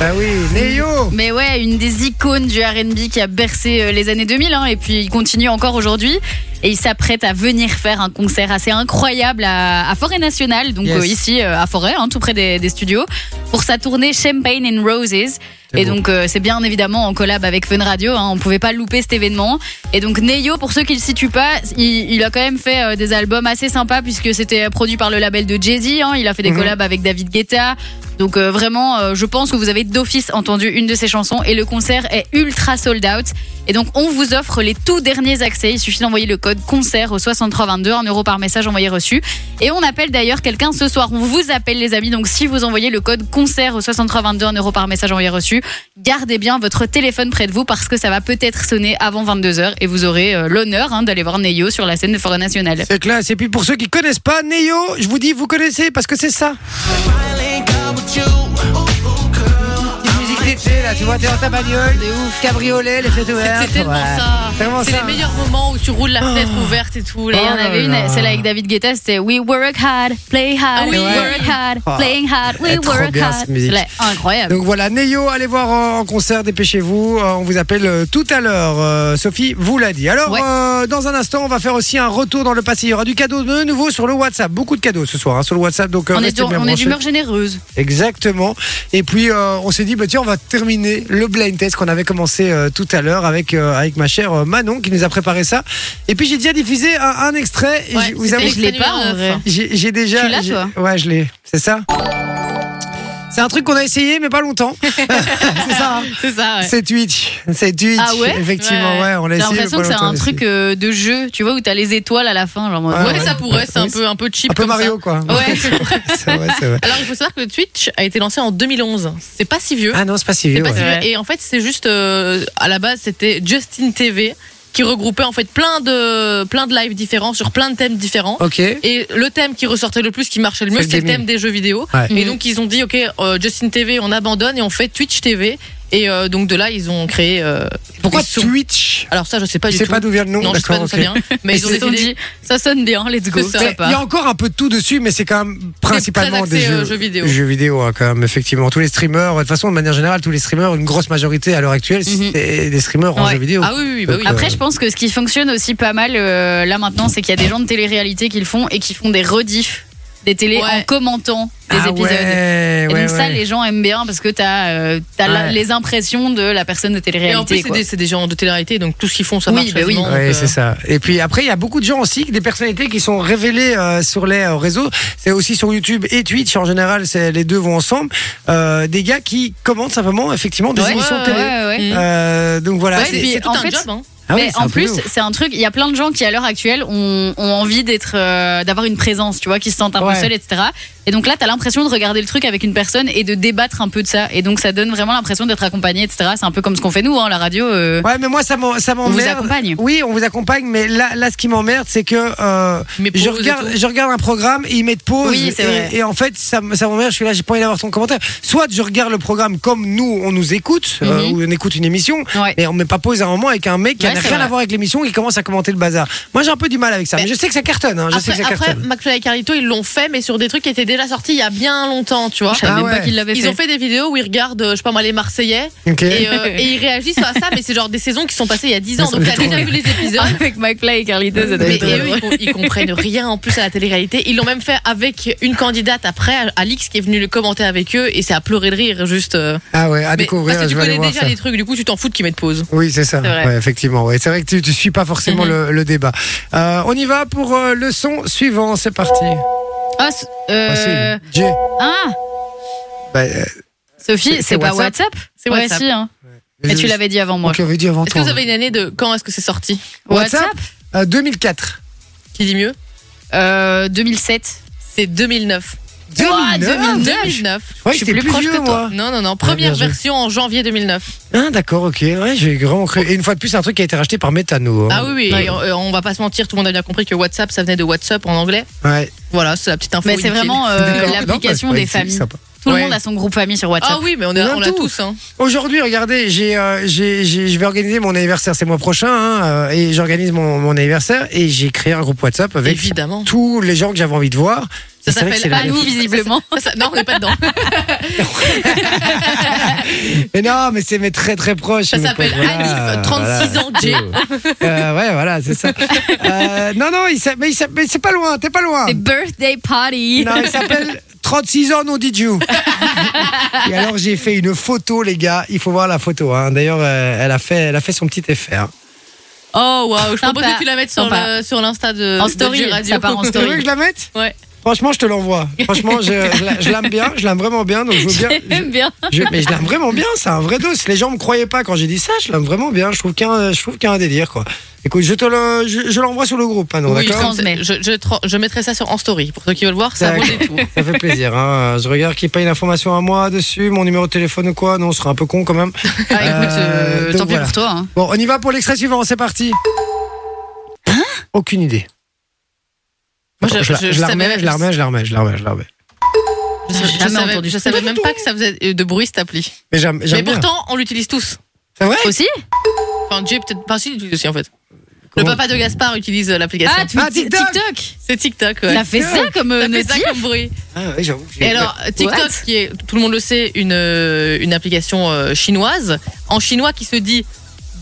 Speaker 2: Bah oui, Néo
Speaker 4: Mais ouais, une des icônes du RB qui a bercé euh, les années 2000, hein, et puis il continue encore aujourd'hui. Et il s'apprête à venir faire un concert assez incroyable à, à Forêt Nationale, donc
Speaker 2: Yes.
Speaker 4: euh, ici euh, à Forêt, hein, tout près des, des studios, pour sa tournée Champagne and Roses.
Speaker 2: C'est
Speaker 4: Et
Speaker 2: beau.
Speaker 4: donc euh, c'est bien évidemment en collab avec Fun Radio, hein, on pouvait pas louper cet événement. Et donc Neyo, pour ceux qui le situent pas, il, il a quand même fait euh, des albums assez sympas puisque c'était euh, produit par le label de Jay-Z, hein, il a fait des
Speaker 2: Mhm.
Speaker 4: collabs avec David Guetta, donc euh, vraiment, euh, je pense que vous avez d'office entendu une de ses chansons et le concert est ultra sold out. Et donc on vous offre les tout derniers accès. Il suffit d'envoyer le code concert au 6322, 1 euro par message envoyé reçu. Et on appelle d'ailleurs quelqu'un ce soir. On vous appelle les amis. Donc si vous envoyez le code concert au 6322, 1 euro par message envoyé reçu, gardez bien votre téléphone près de vous parce que ça va peut-être sonner avant 22h et vous aurez euh, l'honneur hein, d'aller voir Neyo sur la scène de Forêt Nationale.
Speaker 2: C'est classe. Et puis pour ceux qui connaissent pas Néo, je vous dis, vous connaissez parce que c'est ça. Une musique d'été, là, tu vois, t'es dans ta bagnole, des ouf, cabriolet, les fêtes ouvertes.
Speaker 3: C'est tellement
Speaker 2: ouais.
Speaker 3: ça.
Speaker 2: C'est vraiment
Speaker 3: C'est
Speaker 2: ça.
Speaker 3: les meilleurs moments où tu roules la fenêtre ouverte et tout.
Speaker 4: Et
Speaker 3: là.
Speaker 4: il y en avait une, celle avec David Guetta, c'était We work hard, play
Speaker 3: Ah
Speaker 4: hard,
Speaker 3: oui,
Speaker 4: we
Speaker 3: ouais.
Speaker 4: work hard,
Speaker 2: Ah.
Speaker 4: playing hard,
Speaker 2: Elle est
Speaker 4: we
Speaker 2: trop
Speaker 4: work
Speaker 2: bien,
Speaker 4: hard.
Speaker 2: cette musique.
Speaker 4: C'est incroyable.
Speaker 2: Donc voilà, Neyo, allez voir en- en concert, dépêchez-vous. Euh, On vous appelle euh, tout à l'heure. Euh, Sophie vous l'a dit. Alors,
Speaker 4: Ouais.
Speaker 2: euh, dans un instant, on va faire aussi un retour dans le passé. Il y aura du cadeau de nouveau sur le WhatsApp. Beaucoup de cadeaux ce soir hein, sur le WhatsApp. Donc, euh,
Speaker 4: on est,
Speaker 2: restez
Speaker 4: d'hum-
Speaker 2: bien
Speaker 4: on est
Speaker 2: branchés.
Speaker 4: d'humeur généreuse.
Speaker 2: Exactement. Et puis, euh, on s'est dit, bah, tiens, on va terminer le blind test qu'on avait commencé euh, tout à l'heure avec, euh, avec ma chère euh, Manon qui nous a préparé ça. Et puis, j'ai déjà diffusé un, un extrait. Et
Speaker 3: Ouais,
Speaker 2: je vous
Speaker 3: c'était
Speaker 2: avoue
Speaker 4: Je l'ai
Speaker 3: Extrait
Speaker 4: pas en
Speaker 3: numéro
Speaker 4: vrai.
Speaker 3: neuf.
Speaker 2: j'ai j'ai déjà.
Speaker 4: Tu l'as,
Speaker 2: j'ai-
Speaker 4: toi
Speaker 2: Ouais, je l'ai. C'est ça C'est un truc qu'on a essayé, mais pas longtemps. c'est ça. hein
Speaker 3: C'est ça, ouais.
Speaker 2: C'est Twitch. C'est Twitch.
Speaker 4: Ah ouais
Speaker 2: Effectivement, ouais,
Speaker 3: Ouais.
Speaker 2: on l'a
Speaker 4: J'ai
Speaker 2: essayé.
Speaker 4: l'impression
Speaker 2: mais
Speaker 4: que
Speaker 2: pas
Speaker 4: c'est
Speaker 2: longtemps,
Speaker 4: un
Speaker 2: on l'a
Speaker 4: truc
Speaker 2: essayé.
Speaker 4: euh, de jeu, tu vois, où t'as les étoiles à la fin. Genre,
Speaker 2: Ouais,
Speaker 3: Ouais, ça pourrait, c'est un
Speaker 2: Oui,
Speaker 3: peu, un peu cheap
Speaker 2: Un peu
Speaker 3: comme ça.
Speaker 2: Mario, quoi.
Speaker 3: Ouais.
Speaker 2: c'est vrai, c'est vrai.
Speaker 3: Alors, il faut savoir que Twitch a été lancé en 2011. C'est pas si vieux.
Speaker 2: Ah non, c'est pas si
Speaker 3: C'est
Speaker 2: vieux.
Speaker 3: pas si
Speaker 2: ouais.
Speaker 3: vieux. Et en fait, c'est juste euh, à la base, c'était Justin TV qui regroupait en fait plein de plein de lives différents sur plein de thèmes différents.
Speaker 2: Ok.
Speaker 3: Et le thème qui ressortait le plus, qui marchait le
Speaker 2: C'est
Speaker 3: mieux,
Speaker 2: le
Speaker 3: c'était le
Speaker 2: gaming.
Speaker 3: thème des jeux vidéo.
Speaker 2: Ouais.
Speaker 3: Et
Speaker 4: Mhm.
Speaker 3: donc ils ont dit, ok, euh, Justin TV, on abandonne et on fait Twitch TV. Et euh, donc de là, ils ont créé. euh,
Speaker 2: Pourquoi
Speaker 3: ils sont-
Speaker 2: Twitch
Speaker 3: Alors ça, je sais pas
Speaker 2: Je
Speaker 3: du
Speaker 2: sais
Speaker 3: tout.
Speaker 2: pas d'où vient le nom.
Speaker 3: non, je sais pas
Speaker 2: d'accord,
Speaker 3: d'où ça
Speaker 2: ok.
Speaker 3: vient. Mais ils ont
Speaker 4: se sont
Speaker 3: décidé.
Speaker 4: dit, ça sonne bien, let's go.
Speaker 3: C'est ça.
Speaker 4: sympa.
Speaker 2: Il y a encore un peu de tout dessus, mais c'est quand même principalement
Speaker 3: axé,
Speaker 2: des jeux,
Speaker 3: euh, jeux vidéo.
Speaker 2: hein, quand même, effectivement. Tous les streamers, de toute façon, de manière générale, tous les streamers, une grosse majorité à l'heure actuelle,
Speaker 4: Mhm.
Speaker 2: c'est des streamers en
Speaker 4: Ouais.
Speaker 2: jeux vidéo.
Speaker 3: Ah oui, oui, oui, bah oui.
Speaker 2: Donc,
Speaker 4: Après,
Speaker 2: Euh,
Speaker 4: je pense que ce qui fonctionne aussi pas mal euh, là maintenant, c'est qu'il y a des gens de télé-réalité qui le font et qui font des rediffs des télés
Speaker 3: Ouais.
Speaker 4: en commentant des
Speaker 2: Ah
Speaker 4: épisodes.
Speaker 2: ouais,
Speaker 4: Et
Speaker 2: ouais,
Speaker 4: donc ça,
Speaker 2: ouais.
Speaker 4: les gens aiment bien parce que t'as euh, t'as la-
Speaker 2: Ouais.
Speaker 4: les impressions de la personne
Speaker 3: Et
Speaker 4: de
Speaker 3: en plus,
Speaker 4: télé-réalité.
Speaker 3: c'est
Speaker 4: quoi.
Speaker 3: des, c'est des gens de télé-réalité, donc tout ce qu'ils font, ça
Speaker 4: Oui,
Speaker 3: marche.
Speaker 4: bah oui.
Speaker 3: quasiment,
Speaker 2: Ouais,
Speaker 3: donc,
Speaker 2: c'est
Speaker 3: euh,
Speaker 2: ça. Et puis après, il y a beaucoup de gens aussi, des personnalités qui sont révélées euh, sur les euh, réseaux. C'est aussi sur YouTube et Twitch. En général, c'est les deux vont ensemble. Euh, des gars qui commentent simplement, effectivement, des
Speaker 4: Ouais,
Speaker 2: émissions de
Speaker 4: ouais,
Speaker 2: télé.
Speaker 4: ouais, ouais.
Speaker 3: Mhm.
Speaker 2: Euh, donc voilà.
Speaker 4: Ouais,
Speaker 2: c'est-
Speaker 3: C'est
Speaker 4: puis,
Speaker 3: c'est tout
Speaker 4: en
Speaker 3: un
Speaker 4: fait,
Speaker 3: job. hein.
Speaker 2: ah oui,
Speaker 4: mais
Speaker 2: c'est un
Speaker 4: en
Speaker 2: peu
Speaker 4: plus,
Speaker 2: de ouf.
Speaker 4: c'est un truc. Il y a plein de gens qui à l'heure actuelle ont, ont envie d'être, euh, d'avoir une présence, tu vois, qui se sentent un
Speaker 2: Ouais.
Speaker 4: peu seuls, etc. Et donc là, t'as l'impression de regarder le truc avec une personne et de débattre un peu de ça. Et donc ça donne vraiment l'impression d'être accompagné, etc. C'est un peu comme ce qu'on fait nous, hein, la radio. euh,
Speaker 2: Ouais, mais moi, ça m'en- ça
Speaker 4: on vous
Speaker 2: m'emmerde.
Speaker 4: accompagne.
Speaker 2: Oui, on vous accompagne, mais là, là ce qui m'emmerde, c'est que euh,
Speaker 3: Mais
Speaker 2: je,
Speaker 3: pause et
Speaker 2: regarde,
Speaker 3: tout.
Speaker 2: je regarde un programme et ils mettent pause.
Speaker 4: Oui, c'est
Speaker 2: et,
Speaker 4: vrai.
Speaker 2: et en fait, ça, m- ça m'emmerde, je suis là, j'ai pas envie d'avoir ton commentaire. Soit je regarde le programme comme nous, on nous écoute, euh,
Speaker 4: Mhm.
Speaker 2: ou on écoute une émission,
Speaker 4: Ouais.
Speaker 2: mais on met pas pause à un moment avec un mec qui
Speaker 4: Ouais,
Speaker 2: n'a
Speaker 4: c'est
Speaker 2: rien
Speaker 4: vrai.
Speaker 2: à voir avec l'émission qui commence à commenter le bazar. Moi, j'ai un peu du mal avec ça, mais, je sais que ça cartonne. hein, je sais
Speaker 3: Après,
Speaker 2: que ça
Speaker 3: après
Speaker 2: cartonne.
Speaker 3: McFly et Carlito, ils l'ont fait, mais sur des trucs qui étaient déjà sortis il y a bien longtemps, tu vois.
Speaker 4: Je savais
Speaker 2: Ah
Speaker 4: même pas
Speaker 2: ouais.
Speaker 4: qu'ils l'avaient
Speaker 3: Ils
Speaker 4: fait.
Speaker 3: ont fait des vidéos où ils regardent, euh, je sais pas moi, les Marseillais,
Speaker 2: Ok.
Speaker 3: et, euh, et ils réagissent à ça, mais c'est genre des saisons qui sont passées il y a 10 ans,
Speaker 2: Ça
Speaker 3: donc
Speaker 2: doit
Speaker 3: t'as
Speaker 2: être
Speaker 3: déjà vu les épisodes.
Speaker 4: avec McFly et Carlito, ça doit
Speaker 3: Mais
Speaker 2: eh
Speaker 4: être
Speaker 3: et eux,
Speaker 4: drôle.
Speaker 3: ils, com- ils comprennent rien en plus à la télé-réalité. Ils l'ont même fait avec une candidate après, Alix, qui est venue le commenter avec eux, et c'est à pleurer de rire, juste. euh,
Speaker 2: Ah ouais, à
Speaker 3: mais-
Speaker 2: découvrir,
Speaker 3: parce que
Speaker 2: je
Speaker 3: tu
Speaker 2: vais aller
Speaker 3: connais
Speaker 2: voir
Speaker 3: déjà
Speaker 2: ça.
Speaker 3: les trucs, du coup, tu t'en fous de qu'ils mettent pause.
Speaker 2: Oui, c'est ça.
Speaker 4: C'est vrai.
Speaker 2: Ouais, effectivement. Ouais. C'est vrai que tu, tu suis pas
Speaker 3: Mhm.
Speaker 2: forcément le, le débat. Euh, on y va pour euh, le son suivant. C'est
Speaker 3: Euh,
Speaker 2: parti.
Speaker 4: Ah, c- euh,
Speaker 2: Facile. Jay.
Speaker 4: ah,
Speaker 2: Bah, euh,
Speaker 4: Sophie,
Speaker 2: C'est- c'est
Speaker 4: c'est pas
Speaker 2: WhatsApp
Speaker 4: WhatsApp
Speaker 3: C'est
Speaker 4: Ouais,
Speaker 3: WhatsApp.
Speaker 4: si, hein. Mais
Speaker 2: je-
Speaker 4: tu l'avais dit avant moi.
Speaker 2: Donc, on avait dit avant
Speaker 3: Est-ce que
Speaker 2: toi. hein.
Speaker 3: vous avez une année de quand est-ce que c'est sorti
Speaker 2: WhatsApp
Speaker 4: WhatsApp
Speaker 2: Euh, 2004.
Speaker 3: Qui dit mieux
Speaker 4: Euh, 2007.
Speaker 3: C'est 2009.
Speaker 4: Ouah, 2009.
Speaker 3: 2009.
Speaker 2: Ouais,
Speaker 4: Je suis
Speaker 2: j'étais
Speaker 4: plus
Speaker 2: plus
Speaker 4: proche
Speaker 2: vieux,
Speaker 4: que
Speaker 2: moi.
Speaker 4: toi. Ah,
Speaker 3: Non, non, non.
Speaker 2: bien
Speaker 3: Première
Speaker 2: joué.
Speaker 3: version en janvier 2009.
Speaker 2: Ah, d'accord, ok. Ouais, j'ai vraiment cru. Et une fois de plus, un truc qui a été racheté par Metano. hein.
Speaker 3: Ah oui, oui,
Speaker 4: Ouais.
Speaker 3: et on, euh, on va pas se mentir, tout le monde a bien compris que WhatsApp, ça venait de WhatsApp en anglais.
Speaker 2: Ouais.
Speaker 3: Voilà, c'est la petite info.
Speaker 4: Mais c'est
Speaker 3: inutile.
Speaker 4: vraiment euh,
Speaker 2: D'accord. Non,
Speaker 4: l'application
Speaker 2: bah, c'est
Speaker 4: des
Speaker 2: pas utile,
Speaker 4: familles.
Speaker 2: sympa.
Speaker 4: Tout
Speaker 3: Ouais.
Speaker 4: le monde a son groupe famille sur WhatsApp.
Speaker 3: Ah oui, mais on, a,
Speaker 2: Non,
Speaker 3: on l'a
Speaker 2: tout.
Speaker 3: tous. Hein.
Speaker 2: Aujourd'hui, regardez, j'ai, euh, j'ai, j'ai- je vais organiser mon anniversaire. C'est mois prochain. hein, euh, et j'organise mon, mon anniversaire. Et j'ai créé un groupe WhatsApp avec
Speaker 3: Évidemment.
Speaker 2: tous les gens que j'avais envie de voir.
Speaker 3: Ça
Speaker 2: Et c'est vrai que
Speaker 3: s'appelle
Speaker 2: c'est la
Speaker 4: Pas nous,
Speaker 2: même-
Speaker 4: visiblement.
Speaker 3: Ça, ça- non, on n'est pas dedans.
Speaker 2: Mais non, mais c'est mes très très proches.
Speaker 3: Ça
Speaker 2: mes
Speaker 3: s'appelle
Speaker 2: pauvres. Voilà,
Speaker 3: Anif, 36 ans, J.
Speaker 2: Euh, ouais, voilà, c'est ça. Euh, non, non, il s'a- mais, il s'a- mais c'est pas loin, t'es pas loin.
Speaker 4: C'est birthday party.
Speaker 2: Non, il s'appelle 36 ans, non dit you. Et alors, j'ai fait une photo, les gars. Il faut voir la photo. hein. D'ailleurs, euh, elle, a fait, elle a fait son petit effet. hein.
Speaker 3: Oh, waouh, je
Speaker 4: Sympa.
Speaker 3: propose que tu la mettes sur
Speaker 4: Sympa.
Speaker 3: le- sur l'Insta de.
Speaker 4: En
Speaker 3: de
Speaker 4: story,
Speaker 3: J Radio.
Speaker 4: ça part en
Speaker 2: Tu veux que
Speaker 4: story.
Speaker 2: je la mette
Speaker 3: Ouais.
Speaker 2: Franchement, je te l'envoie. Franchement, je, je la- je l'aime bien. Je l'aime vraiment bien. Donc, je veux bien. je-
Speaker 4: J'aime bien.
Speaker 2: je- mais je l'aime vraiment bien, c'est un vrai dos. Les gens me croyaient pas quand j'ai dit ça, je l'aime vraiment bien. Je trouve qu'il y, a un- je trouve qu'il y a un délire, quoi. Écoute, je te le- je, je l'envoie sur le groupe, hein, non,
Speaker 3: Oui, je,
Speaker 2: d'accord
Speaker 4: transmets.
Speaker 3: je, je tra- je mettrai ça sur, en story pour ceux qui veulent voir, ça vaut
Speaker 2: D'accord.
Speaker 3: les tout.
Speaker 2: Ça fait plaisir. Hein. Je regarde qu'il paye l'information à moi dessus, mon numéro de téléphone ou quoi. Non, ce sera un peu con quand même.
Speaker 4: Ah, écoute, euh,
Speaker 2: Euh, donc
Speaker 4: tant pis
Speaker 2: voilà.
Speaker 4: pour toi. hein.
Speaker 2: Bon, on y va pour l'extrait suivant, c'est parti. Aucune idée.
Speaker 3: Moi, je-
Speaker 2: Attends, je, la-
Speaker 3: je-
Speaker 2: je
Speaker 3: Hein je
Speaker 2: la remets,
Speaker 3: savais-
Speaker 2: je la remets, je la remets, je la remets, je la remets.
Speaker 3: Je,
Speaker 4: J'ai jamais
Speaker 3: savais,
Speaker 4: entendu.
Speaker 3: je savais même pas que ça faisait euh, de bruit cette appli.
Speaker 2: Mais j'aime j'aime
Speaker 3: Mais
Speaker 2: bien.
Speaker 3: pourtant, on l'utilise tous.
Speaker 2: C'est vrai
Speaker 4: Aussi
Speaker 3: Enfin, Jay peut-être. Enfin, si, il l'utilise aussi en fait.
Speaker 2: Comment
Speaker 3: le papa de Gaspard utilise euh, l'application.
Speaker 4: Ah, tu
Speaker 2: Ah,
Speaker 4: dis
Speaker 2: TikTok.
Speaker 4: TikTok,
Speaker 3: C'est TikTok. Ouais.
Speaker 4: Ça fait ça comme
Speaker 3: Ça
Speaker 4: euh,
Speaker 3: fait ça
Speaker 4: notif
Speaker 3: comme bruit.
Speaker 2: Ah oui, j'avoue. j'ai-
Speaker 3: Et alors, TikTok,
Speaker 4: What
Speaker 3: qui est, tout le monde le sait, une, euh, une application euh, chinoise, en chinois qui se dit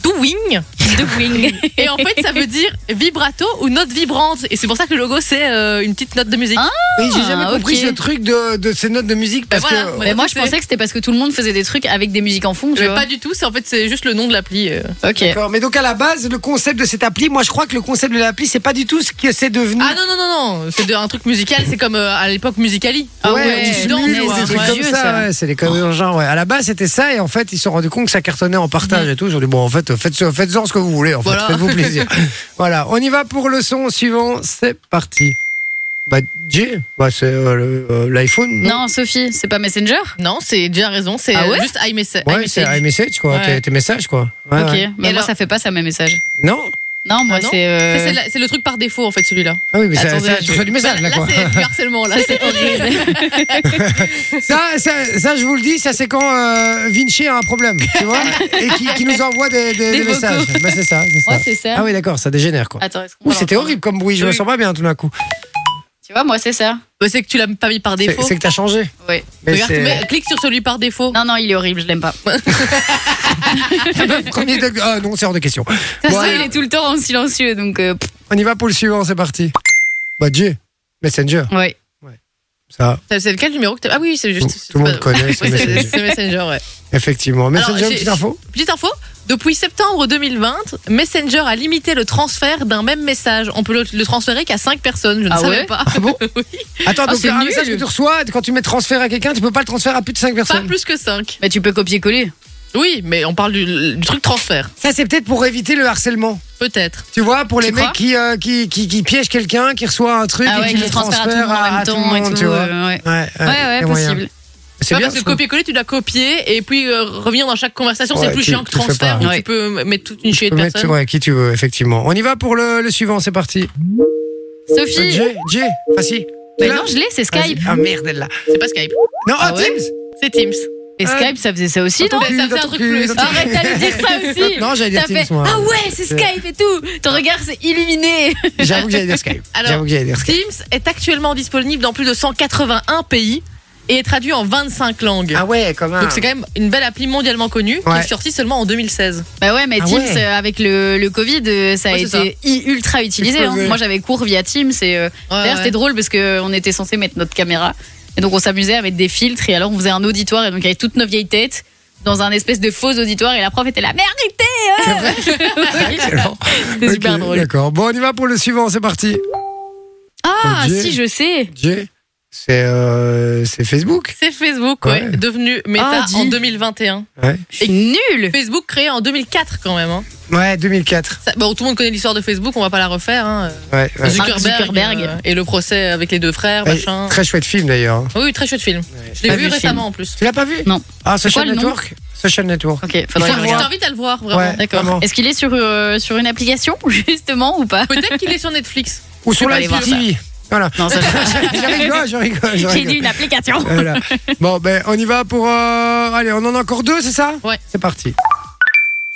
Speaker 3: doing.
Speaker 4: Doing.
Speaker 3: Et en fait, ça veut dire vibrato ou note vibrante. Et c'est pour ça que le logo, c'est euh, une petite note de musique.
Speaker 2: Oui, j'ai jamais
Speaker 4: Ah,
Speaker 2: compris
Speaker 4: ok.
Speaker 2: ce truc de, de ces notes de musique parce
Speaker 3: voilà,
Speaker 2: que.
Speaker 3: ouais.
Speaker 4: Mais moi, je pensais que c'était parce que tout le monde faisait des trucs avec des musiques en fond, tu
Speaker 3: Mais
Speaker 4: vois. Mm.
Speaker 3: pas du tout, c'est en fait c'est juste le nom de l'appli. euh.
Speaker 4: Ok.
Speaker 2: D'accord. Mais donc à la base, le concept de cette appli, moi je crois que le concept de l'appli, c'est pas du tout ce que c'est devenu.
Speaker 3: Ah non non non non, c'est de- un truc musical, c'est comme euh, à l'époque Musicali.
Speaker 4: ah
Speaker 2: ouais,
Speaker 4: ouais,
Speaker 2: tu
Speaker 4: tu
Speaker 2: simules
Speaker 4: danses,
Speaker 2: ou des
Speaker 4: ouais.
Speaker 2: trucs comme
Speaker 4: Dieu,
Speaker 2: ça,
Speaker 4: ça.
Speaker 2: ouais, c'est les conneries genre, ouais. À la base, c'était ça, et en fait, ils se sont rendus compte que ça cartonnait en partage et tout. Ils ont dit, bon, en fait, faites, faites-en ce que vous voulez, en fait.
Speaker 3: Voilà.
Speaker 2: Faites-vous plaisir. voilà, on y va pour le son suivant, c'est parti. Bah, J, bah, c'est euh, le- euh, l'iPhone.
Speaker 4: Non, Sophie, c'est pas Messenger
Speaker 3: Non, c'est déjà raison, c'est euh,
Speaker 4: Ah ouais
Speaker 3: juste iMessa-
Speaker 2: Ouais,
Speaker 3: iMessage.
Speaker 2: c'est iMessage, quoi.
Speaker 3: Ouais.
Speaker 2: Tes, tes messages, quoi. Ouais,
Speaker 4: Ok,
Speaker 2: ouais.
Speaker 4: mais
Speaker 3: Et
Speaker 4: moi
Speaker 3: alors-
Speaker 4: ça fait pas ça mes messages.
Speaker 2: Non
Speaker 4: Non, moi
Speaker 3: Ah non
Speaker 4: c'est.
Speaker 3: Ça,
Speaker 4: euh,
Speaker 3: C'est la- c'est le truc par défaut en fait celui-là.
Speaker 2: Ah oui, mais ça-
Speaker 4: Attendez,
Speaker 2: ça-
Speaker 4: je-
Speaker 2: tu reçois du message, là,
Speaker 3: Bah, là
Speaker 2: quoi.
Speaker 3: c'est du harcèlement là. c'est
Speaker 2: Ça, ça, ça, je vous le dis, ça c'est quand euh, Vinci a un problème, tu vois, et qui, qui nous envoie des, des-
Speaker 4: Des
Speaker 2: des messages. Bah, c'est ça, c'est ça.
Speaker 4: Moi c'est ça.
Speaker 2: ah oui, d'accord, ça dégénère quoi.
Speaker 4: Attends, est-ce qu'on
Speaker 2: Ouh,
Speaker 4: va
Speaker 2: c'était
Speaker 4: l'entendre
Speaker 2: horrible comme bruit, je me
Speaker 3: Oui.
Speaker 2: sens pas bien tout d'un coup.
Speaker 4: Tu vois, moi c'est ça.
Speaker 3: Bah, c'est que tu l'as pas mis par
Speaker 2: C'est
Speaker 3: défaut.
Speaker 2: c'est que t'as changé.
Speaker 4: Oui.
Speaker 2: Mais
Speaker 3: Regarde,
Speaker 2: c'est-
Speaker 3: mais clique sur celui par défaut.
Speaker 4: Non, non, il est horrible, je l'aime pas.
Speaker 2: Premier degré- Ah non, c'est hors de question.
Speaker 4: Ça
Speaker 2: Bon,
Speaker 4: il est tout le temps en silencieux, donc. euh, pff,
Speaker 2: On y va pour le suivant, c'est parti. Bah J, Messenger,
Speaker 4: ouais.
Speaker 2: ça,
Speaker 3: C'est- C'est lequel numéro que t'as Ah oui, c'est
Speaker 2: tout,
Speaker 3: juste.
Speaker 2: tout le monde
Speaker 3: c'est pas-
Speaker 2: connaît, c'est
Speaker 3: Oui, c'est
Speaker 2: Messenger.
Speaker 3: c'est Messenger, ouais.
Speaker 2: Effectivement. Messenger,
Speaker 3: j'ai-
Speaker 2: petite info
Speaker 3: Petite info, depuis septembre 2020, Messenger a limité le transfert d'un même message. On peut le, le transférer qu'à 5 personnes, je ne
Speaker 4: Ah
Speaker 3: savais
Speaker 4: ouais
Speaker 3: pas. Oui.
Speaker 2: Attends,
Speaker 3: Ah,
Speaker 2: donc
Speaker 4: c'est
Speaker 2: un
Speaker 4: nul.
Speaker 2: message que tu reçois, quand tu mets transfert à quelqu'un, tu peux pas le transférer à plus de 5
Speaker 3: Pas
Speaker 2: personnes.
Speaker 3: plus que 5.
Speaker 4: Mais Bah, tu peux copier-coller.
Speaker 3: Oui, mais on parle du, du truc transfert,
Speaker 2: Ça, c'est peut-être pour éviter le harcèlement.
Speaker 3: peut-être.
Speaker 2: Tu vois, pour les
Speaker 4: Tu
Speaker 2: mecs
Speaker 4: crois
Speaker 2: qui, euh, qui, qui, qui piègent quelqu'un, qui reçoit un truc
Speaker 4: Ah
Speaker 2: et
Speaker 4: ouais,
Speaker 2: qui
Speaker 4: qui
Speaker 2: le transfère, à, tout le monde,
Speaker 4: et
Speaker 2: tu
Speaker 4: tout.
Speaker 2: vois.
Speaker 4: euh, Ouais,
Speaker 2: Ouais, ouais,
Speaker 4: ouais, ouais,
Speaker 2: y a moyen.
Speaker 4: possible.
Speaker 2: C'est
Speaker 3: Ouais,
Speaker 2: bien.
Speaker 3: parce que
Speaker 2: je trouve.
Speaker 3: copier-coller, tu dois copier et puis euh, revenir dans chaque conversation,
Speaker 2: Ouais,
Speaker 3: c'est plus
Speaker 2: tu-
Speaker 3: chiant que
Speaker 2: tu fais
Speaker 3: transfert
Speaker 2: pas.
Speaker 3: où
Speaker 4: Ouais.
Speaker 3: tu peux mettre toute une
Speaker 2: Tu
Speaker 3: chier de
Speaker 2: peux mettre,
Speaker 3: personnes.
Speaker 2: ouais, qui tu veux, effectivement. On y va pour le, le suivant, c'est parti. Euh,
Speaker 4: Sophie
Speaker 2: Jay, Jay, facile.
Speaker 4: Mais non, je l'ai, c'est Skype.
Speaker 2: Ah merde, elle là.
Speaker 3: C'est pas Skype,
Speaker 2: Non,
Speaker 4: Ah
Speaker 2: oh,
Speaker 4: ouais
Speaker 2: Teams
Speaker 3: c'est Teams.
Speaker 4: Et
Speaker 2: Ah.
Speaker 4: Skype, ça faisait ça aussi,
Speaker 2: Dans
Speaker 4: non
Speaker 2: ton
Speaker 3: ça
Speaker 2: cul,
Speaker 3: faisait
Speaker 2: dans
Speaker 3: un
Speaker 2: ton
Speaker 3: truc
Speaker 2: cul,
Speaker 3: plus.
Speaker 2: dans ton cul.
Speaker 4: Arrête d'aller dire ça aussi
Speaker 2: Non, j'allais dire
Speaker 4: T'as
Speaker 2: Teams,
Speaker 4: fait,
Speaker 2: moi. Euh.
Speaker 4: Ah ouais, c'est Skype et tout Ton regard s'est illuminé
Speaker 2: J'avoue que j'allais dire Skype.
Speaker 3: Alors,
Speaker 2: J'avoue que j'allais dire Skype.
Speaker 3: Teams est actuellement disponible dans plus de 181 pays et est traduit en 25 langues.
Speaker 2: Ah ouais, quand même.
Speaker 3: Donc c'est quand même une belle appli mondialement connue
Speaker 2: Ouais.
Speaker 3: qui est sortie seulement en 2016.
Speaker 4: Bah ouais, mais
Speaker 2: Ah
Speaker 4: Teams,
Speaker 2: ouais.
Speaker 4: euh, avec le, le Covid, euh, ça a
Speaker 3: Ouais, c'est
Speaker 4: été i- ultra utilisé. hein.
Speaker 2: Explosé.
Speaker 4: Moi, j'avais cours via Teams. Et, euh, D'ailleurs, c'était drôle parce qu'on était censé mettre notre caméra. Et donc, on s'amusait à mettre des filtres. Et alors, on faisait un auditoire. Et donc, il y avait toutes nos vieilles têtes dans un espèce de faux auditoire. Et la prof était là, mais arrêtez euh C'était super
Speaker 2: Ok,
Speaker 4: drôle.
Speaker 2: D'accord. Bon, on y va pour le suivant, c'est parti.
Speaker 4: Ah,
Speaker 2: Dieu.
Speaker 4: si, je sais
Speaker 2: Jay, c'est euh, c'est Facebook.
Speaker 3: C'est Facebook, ouais,
Speaker 2: Ouais.
Speaker 3: devenu Meta
Speaker 4: Ah, dis.
Speaker 3: en 2021.
Speaker 2: Ouais.
Speaker 4: Je suis nulle
Speaker 3: Facebook créé en 2004 quand même. hein.
Speaker 2: Ouais, 2004.
Speaker 3: Ça- bon, tout le monde connaît l'histoire de Facebook, on va pas la refaire. hein.
Speaker 2: Ouais, ouais.
Speaker 4: Mark Zuckerberg.
Speaker 3: euh, et le procès avec les deux frères,
Speaker 2: Ouais,
Speaker 3: machin.
Speaker 2: Très chouette film d'ailleurs.
Speaker 3: Oui, très chouette film. Je l'ai
Speaker 4: Pas
Speaker 3: vu
Speaker 4: vu le
Speaker 3: récemment en plus.
Speaker 2: Tu l'as pas vu
Speaker 4: Non.
Speaker 2: Ah,
Speaker 4: quoi
Speaker 2: Social
Speaker 4: le nom
Speaker 2: Network Social Network.
Speaker 4: Ok,
Speaker 3: Il
Speaker 4: faudrait
Speaker 3: faut-
Speaker 4: que je
Speaker 3: je
Speaker 4: regarde.
Speaker 3: t'invite à le voir vraiment.
Speaker 2: Ouais,
Speaker 3: D'accord.
Speaker 2: vraiment.
Speaker 4: Est-ce qu'il est sur, euh, sur une application, justement, ou pas
Speaker 3: Peut-être qu'il est sur Netflix.
Speaker 2: Ou sur
Speaker 4: Je vais
Speaker 2: la
Speaker 4: aller voir
Speaker 2: TV. Voilà.
Speaker 4: Non, ça,
Speaker 2: je rigole, je rigole, je
Speaker 4: j'ai dit
Speaker 2: rigole.
Speaker 4: une application.
Speaker 2: Voilà. Bon, ben, on y va pour. euh, Allez, on en a encore deux, c'est ça
Speaker 3: Ouais.
Speaker 2: C'est parti.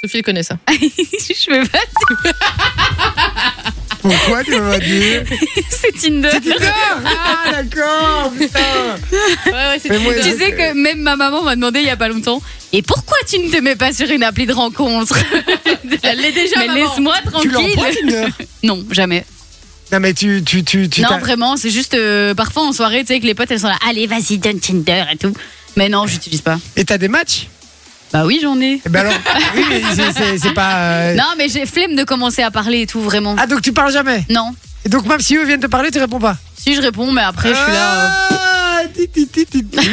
Speaker 3: Sophie elle connaît ça.
Speaker 4: je veux pas,
Speaker 2: Pourquoi tu m'as dit
Speaker 4: c'est Tinder.
Speaker 2: C'est Tinder Ah, d'accord, putain
Speaker 3: ouais, ouais, c'est
Speaker 2: Mais moi,
Speaker 4: Tu sais que même ma maman m'a demandé il y a pas longtemps Et pourquoi tu ne te mets pas sur une appli de rencontre
Speaker 3: Elle l'est déjà,
Speaker 4: Mais
Speaker 3: maman.
Speaker 4: laisse-moi
Speaker 2: Tu
Speaker 4: tranquille
Speaker 2: l'emploies, Tinder
Speaker 4: Non, jamais.
Speaker 2: Non, mais tu. tu, tu, tu
Speaker 4: non,
Speaker 2: t'as-
Speaker 4: vraiment, c'est juste euh, parfois en soirée, tu sais, que les potes elles sont là Allez, vas-y, donne Tinder et tout. Mais non, j'utilise pas.
Speaker 2: Et t'as des matchs
Speaker 4: Bah oui, j'en ai.
Speaker 2: Eh ben alors. Oui, mais c'est- c'est- c'est pas. euh,
Speaker 4: Non, mais j'ai flemme de commencer à parler et tout, vraiment.
Speaker 2: Ah, donc tu parles jamais
Speaker 4: Non.
Speaker 2: Et donc, même si eux viennent te parler, tu réponds pas
Speaker 4: Si je réponds, mais après, je suis là. euh,
Speaker 2: Ah, ti, ti, ti, ti, ti.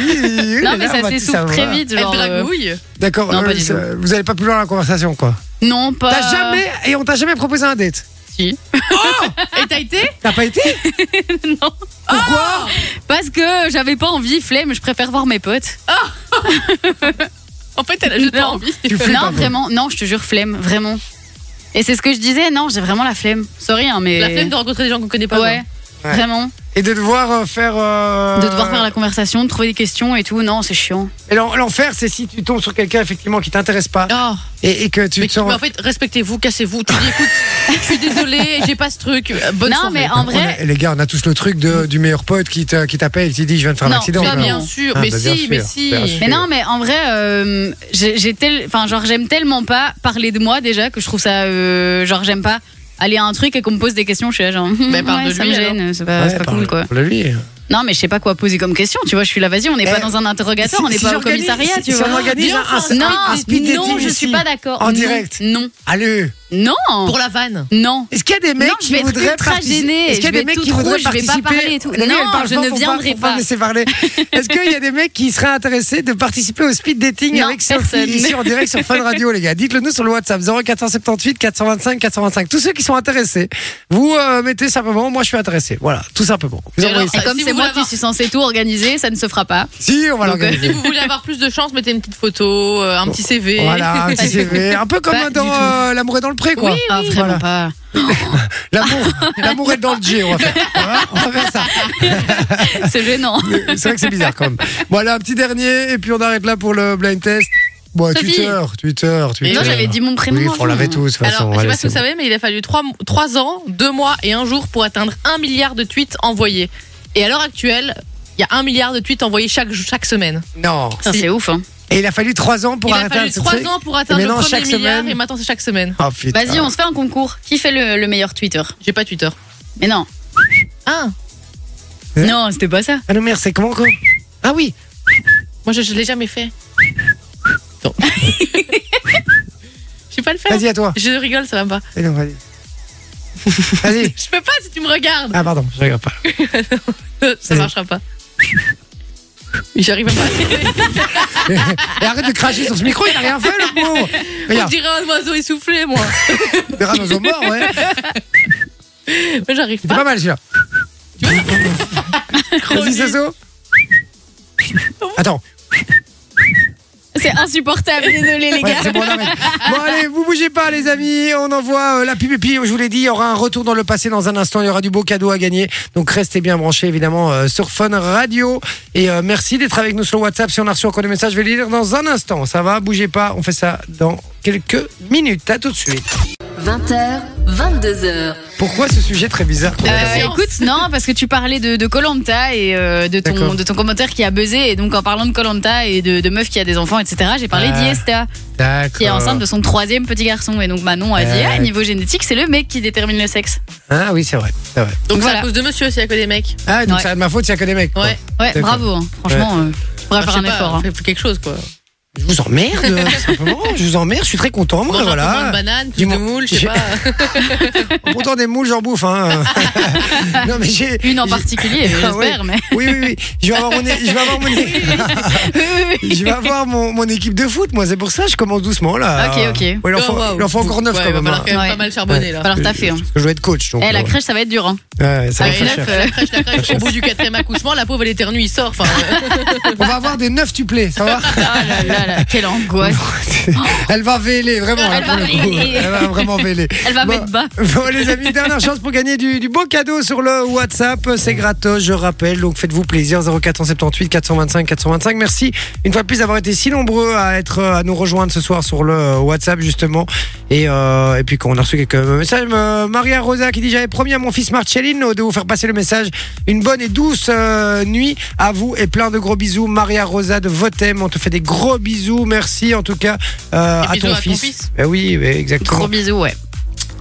Speaker 4: Non, mais ça
Speaker 2: Ah, bah,
Speaker 4: s'essouffle
Speaker 2: va.
Speaker 4: très vite.
Speaker 3: Elle
Speaker 4: Genre, euh,
Speaker 3: dragouille.
Speaker 2: D'accord,
Speaker 4: Non, pas
Speaker 2: euh,
Speaker 4: du
Speaker 2: ça- vous n'allez pas plus loin dans la conversation, quoi.
Speaker 4: Non, pas.
Speaker 2: T'as jamais. Et on t'a jamais proposé un date
Speaker 4: Si.
Speaker 3: Et t'as été
Speaker 2: T'as pas été
Speaker 4: non.
Speaker 2: Pourquoi
Speaker 4: Parce que j'avais pas envie, flemme, je préfère voir mes potes.
Speaker 3: En fait, elle a juste pas
Speaker 4: Non.
Speaker 3: envie.
Speaker 2: Tu flippes un
Speaker 4: Non,
Speaker 2: peu.
Speaker 4: vraiment, non, je te jure, flemme, vraiment. Et c'est ce que je disais, non, j'ai vraiment la flemme. Sorry, hein, mais.
Speaker 3: La flemme de rencontrer des gens qu'on connaît pas.
Speaker 4: Ouais,
Speaker 2: Ouais.
Speaker 4: vraiment.
Speaker 2: Et de devoir euh, faire. euh,
Speaker 4: De devoir faire la conversation, de trouver des questions et tout. Non, c'est chiant.
Speaker 2: Et l'en- l'enfer, c'est si tu tombes sur quelqu'un effectivement qui t'intéresse pas
Speaker 3: Oh,
Speaker 2: et, et que tu
Speaker 3: mais,
Speaker 2: te sens.
Speaker 3: mais en fait, respectez-vous, cassez-vous. Tu dis, écoute, je suis désolé, j'ai pas ce truc. Euh, Bonne
Speaker 4: non,
Speaker 3: soirée.
Speaker 4: mais en
Speaker 2: On a-
Speaker 4: vrai,
Speaker 2: les gars, on a tous le truc de- du meilleur pote qui te- qui t'appelle et qui te dit je viens de faire un
Speaker 4: Non,
Speaker 2: accident.
Speaker 4: ça,
Speaker 2: quoi.
Speaker 3: Ah,
Speaker 4: mais
Speaker 3: bien
Speaker 4: non.
Speaker 3: sûr,
Speaker 2: Ah,
Speaker 3: mais
Speaker 2: bah, bien
Speaker 3: si, mais
Speaker 2: sûr,
Speaker 3: si.
Speaker 2: bien sûr.
Speaker 4: Mais non, mais en vrai, euh, j'ai j'ai tel- enfin genre j'aime tellement pas parler de moi déjà que je trouve ça, euh, genre j'aime pas aller à un truc et qu'on me pose des questions. Je suis là genre,
Speaker 3: Mais parle
Speaker 4: ouais,
Speaker 3: de
Speaker 4: ça
Speaker 3: lui,
Speaker 4: me
Speaker 3: alors.
Speaker 4: gêne, c'est pas,
Speaker 2: Ouais,
Speaker 4: Euh, c'est pas
Speaker 2: parle-
Speaker 4: cool quoi.
Speaker 2: parle-lui.
Speaker 4: Non, mais je sais pas quoi poser comme question. Tu vois, je suis là, vas-y, on n'est pas
Speaker 2: Eh,
Speaker 4: dans un interrogatoire,
Speaker 2: si-
Speaker 4: on n'est
Speaker 2: si
Speaker 4: pas au
Speaker 2: j'organise-
Speaker 4: commissariat,
Speaker 2: si-
Speaker 4: tu
Speaker 2: si on
Speaker 4: vois.
Speaker 2: organise
Speaker 3: Viens,
Speaker 2: un-
Speaker 3: enfin,
Speaker 2: un-
Speaker 4: non,
Speaker 2: un speed dating
Speaker 4: non, je
Speaker 2: ici.
Speaker 4: suis pas d'accord.
Speaker 2: En
Speaker 4: Non,
Speaker 2: direct.
Speaker 4: Non,
Speaker 2: Allez.
Speaker 4: non,
Speaker 3: Pour la vanne.
Speaker 4: non.
Speaker 2: Est-ce qu'il y a des mecs
Speaker 4: Non, je
Speaker 2: qui
Speaker 4: vais être
Speaker 2: voudraient
Speaker 4: ultra
Speaker 2: participer
Speaker 4: gênée,
Speaker 2: Est-ce qu'il y a
Speaker 4: je vais
Speaker 2: des mecs
Speaker 4: être
Speaker 2: qui
Speaker 4: toute
Speaker 2: voudraient
Speaker 4: rouge, je vais pas
Speaker 2: participer
Speaker 4: parler et tout.
Speaker 2: Vous voyez,
Speaker 4: Non,
Speaker 2: elle parle
Speaker 4: je
Speaker 2: fort
Speaker 4: ne
Speaker 2: pour
Speaker 4: viendrai
Speaker 2: pour pas.
Speaker 4: pas.
Speaker 2: laisser parler. Est-ce qu'il y a des mecs qui seraient intéressés de participer au speed dating
Speaker 4: Non,
Speaker 2: avec Sophie
Speaker 4: personne.
Speaker 2: ici en direct sur Fun Radio, les gars Dites-le nous sur le WhatsApp 0478 425 425. Tous ceux qui sont intéressés, vous euh, mettez simplement moi je suis intéressé. Voilà, tout simplement. Vous
Speaker 3: Et
Speaker 2: envoyez
Speaker 3: alors,
Speaker 2: ça.
Speaker 4: Et comme
Speaker 3: si
Speaker 4: c'est
Speaker 3: vous
Speaker 4: moi
Speaker 3: voulez
Speaker 4: qui suis censée tout organiser, ça ne se fera pas.
Speaker 2: Si, on va
Speaker 4: Donc, euh,
Speaker 3: Si
Speaker 2: l'organiser.
Speaker 3: vous voulez avoir plus de chance, mettez une petite photo, euh, un petit CV.
Speaker 2: Voilà, un petit CV. Un peu comme
Speaker 4: Pas
Speaker 2: dans
Speaker 4: du tout.
Speaker 2: euh, L'amour est dans le pré, quoi.
Speaker 4: Ah, vraiment
Speaker 2: Voilà.
Speaker 4: pas.
Speaker 2: L'amour l'amour est dans le G, on va faire. On va- On va faire ça.
Speaker 4: C'est gênant.
Speaker 2: C'est vrai que c'est bizarre quand même. Voilà, un petit dernier, et puis on arrête là pour le blind test. Bon,
Speaker 4: Sophie.
Speaker 2: Twitter, Twitter, Twitter.
Speaker 4: Non, j'avais dit mon prénom.
Speaker 2: Oui, on
Speaker 4: avant.
Speaker 2: l'avait tous, de toute façon.
Speaker 3: hein. Alors, je sais
Speaker 2: Allez,
Speaker 3: pas si
Speaker 2: c'est
Speaker 3: vous
Speaker 2: bon.
Speaker 3: savez, mais il a fallu 3, ans, 2 mois et 1 jour pour atteindre 1 milliard de tweets envoyés. Et à l'heure actuelle, il y a 1 milliard de tweets envoyés chaque, chaque semaine.
Speaker 2: Non.
Speaker 4: Putain, C'est ouf. hein.
Speaker 2: Et il a fallu 3 ans pour
Speaker 3: il a
Speaker 2: arrêter
Speaker 3: fallu
Speaker 2: ce
Speaker 3: 3
Speaker 2: truc.
Speaker 3: ans pour atteindre
Speaker 2: Et
Speaker 3: le
Speaker 2: maintenant,
Speaker 3: premier
Speaker 2: chaque
Speaker 3: milliard
Speaker 2: semaine-
Speaker 3: et maintenant c'est chaque semaine.
Speaker 2: Oh putain.
Speaker 4: Vas-y, on se fait un concours. Qui fait le, le meilleur Twitter
Speaker 3: J'ai pas Twitter.
Speaker 4: Mais non.
Speaker 3: Ah,
Speaker 2: Hein
Speaker 4: Non, c'était pas ça.
Speaker 2: Ah non, merde, c'est comment quoi Ah oui
Speaker 3: moi je, je l'ai jamais fait. Non. je sais pas le faire.
Speaker 2: Vas-y, à toi.
Speaker 3: Je rigole, ça va pas.
Speaker 2: Et non, Vas-y. Vas-y.
Speaker 3: Je peux pas si tu me regardes.
Speaker 2: Ah pardon, je regarde pas.
Speaker 3: ça
Speaker 2: vas-y.
Speaker 3: marchera pas. J'arrive à pas.
Speaker 2: Et arrête de cracher sur ce micro, il a rien fait le pauvre.
Speaker 3: On
Speaker 2: Regarde,
Speaker 3: dirait un oiseau essoufflé, moi.
Speaker 2: des radios morts, ouais.
Speaker 3: Mais J'arrive
Speaker 2: C'était
Speaker 3: pas.
Speaker 2: pas mal celui-là. Vas-y, Soso. Attends.
Speaker 4: C'est insupportable, désolé
Speaker 2: Ouais,
Speaker 4: les gars.
Speaker 2: c'est bon, on arrête. Bon, allez, vous bougez pas, les amis. On envoie euh, la pub. Et puis, je vous l'ai dit, il y aura un retour dans le passé dans un instant. Il y aura du beau cadeau à gagner. Donc, restez bien branchés, évidemment, euh, sur Fun Radio. Et euh, merci d'être avec nous sur le WhatsApp. Si on a reçu encore des messages, je vais les lire dans un instant. Ça va, bougez pas. On fait ça dans quelques minutes. À tout de suite.
Speaker 6: 20h, 22h.
Speaker 2: Pourquoi ce sujet très bizarre qu'on a
Speaker 4: Euh,
Speaker 2: d'abord
Speaker 4: écoute, non, parce que tu parlais de, de Colanta et euh, de, ton,
Speaker 2: D'accord.
Speaker 4: de ton commentaire qui a buzzé. Et donc, en parlant de Colanta et de, de meuf qui a des enfants, etc., j'ai parlé
Speaker 2: Ah.
Speaker 4: d'Iesta,
Speaker 2: D'accord.
Speaker 4: qui est enceinte de son troisième petit garçon. Et donc, Manon a dit
Speaker 2: Euh.
Speaker 4: Ah, niveau génétique, c'est le mec qui détermine le sexe.
Speaker 2: Ah oui, c'est vrai. c'est vrai.
Speaker 3: Donc c'est
Speaker 4: Voilà.
Speaker 3: à cause de monsieur, c'est à cause des mecs.
Speaker 2: Ah, donc
Speaker 4: Ouais.
Speaker 2: ça va de ma faute s'il n'y a que des mecs. quoi.
Speaker 3: Ouais.
Speaker 4: Ouais,
Speaker 2: D'accord.
Speaker 4: bravo. hein. Franchement, euh, tu pourrais
Speaker 3: Enfin,
Speaker 4: faire
Speaker 3: Ah, je
Speaker 4: un
Speaker 3: sais pas,
Speaker 4: effort. hein.
Speaker 3: fais- fais quelque chose quoi.
Speaker 2: Je vous emmerde, euh, tout simplement. Je vous emmerde. Je suis très content, moi.
Speaker 3: Mange un peu moins
Speaker 2: voilà.
Speaker 3: de banane, plus
Speaker 2: Dis-moi-
Speaker 3: de moules, je sais
Speaker 2: j'ai-
Speaker 3: pas.
Speaker 2: Pourtant, des moules, j'en bouffe. Hein. non, mais j'ai.
Speaker 4: Une en particulier,
Speaker 2: Ah
Speaker 4: j'espère, mais.
Speaker 2: Oui, oui, oui. Je vais avoir mon, é- je vais avoir mon, é-
Speaker 4: Oui, oui, oui.
Speaker 2: je vais avoir mon, mon équipe de foot, moi. C'est pour ça que je commence doucement, là.
Speaker 4: Ok, ok.
Speaker 2: Ouais, il, en faut,
Speaker 3: Oh, waouh.
Speaker 2: il en faut encore neuf,
Speaker 3: Ouais,
Speaker 2: quand
Speaker 3: Il va
Speaker 2: même.
Speaker 3: falloir
Speaker 2: hein.
Speaker 3: quand même
Speaker 4: Ouais.
Speaker 3: pas mal charbonner là.
Speaker 4: Va falloir taffer. hein.
Speaker 2: Parce que je vais être coach. Donc,
Speaker 4: Eh, la
Speaker 2: ouais.
Speaker 4: crèche, ça va être dur. hein.
Speaker 2: Ouais, ça va
Speaker 3: Avec
Speaker 2: faire cher.
Speaker 3: neuf, euh, la crèche, la crèche, au bout du quatrième accouchement, la pauvre elle éternue, il sort. Enfin, euh,
Speaker 2: On va avoir des neuf tuplés, ça va
Speaker 4: Ah là là là, quelle angoisse.
Speaker 2: Elle va véler, vraiment.
Speaker 4: Elle
Speaker 2: hein, pour
Speaker 4: va
Speaker 2: le coup.
Speaker 4: véler.
Speaker 2: Elle va vraiment véler.
Speaker 4: Elle va
Speaker 2: Bon.
Speaker 4: mettre bas.
Speaker 2: Bon les amis, dernière chance pour gagner du, du beau cadeau sur le WhatsApp, c'est gratos, je rappelle, donc faites-vous plaisir 0478 425 425. Merci une fois de plus d'avoir été si nombreux à être euh, à nous rejoindre ce soir sur le euh, WhatsApp justement. Et, euh, et puis quand on a reçu quelques messages, euh, Maria Rosa qui dit j'avais promis à mon fils Marcellino de vous faire passer le message. Une bonne et douce euh, nuit à vous et plein de gros bisous. Maria Rosa de Votem, on te fait des gros bisous. Merci en tout cas euh,
Speaker 3: Et
Speaker 2: à,
Speaker 3: bisous
Speaker 2: ton
Speaker 3: à ton
Speaker 2: fils.
Speaker 3: fils.
Speaker 2: Ben oui, oui, exactement.
Speaker 4: Gros bisous, ouais.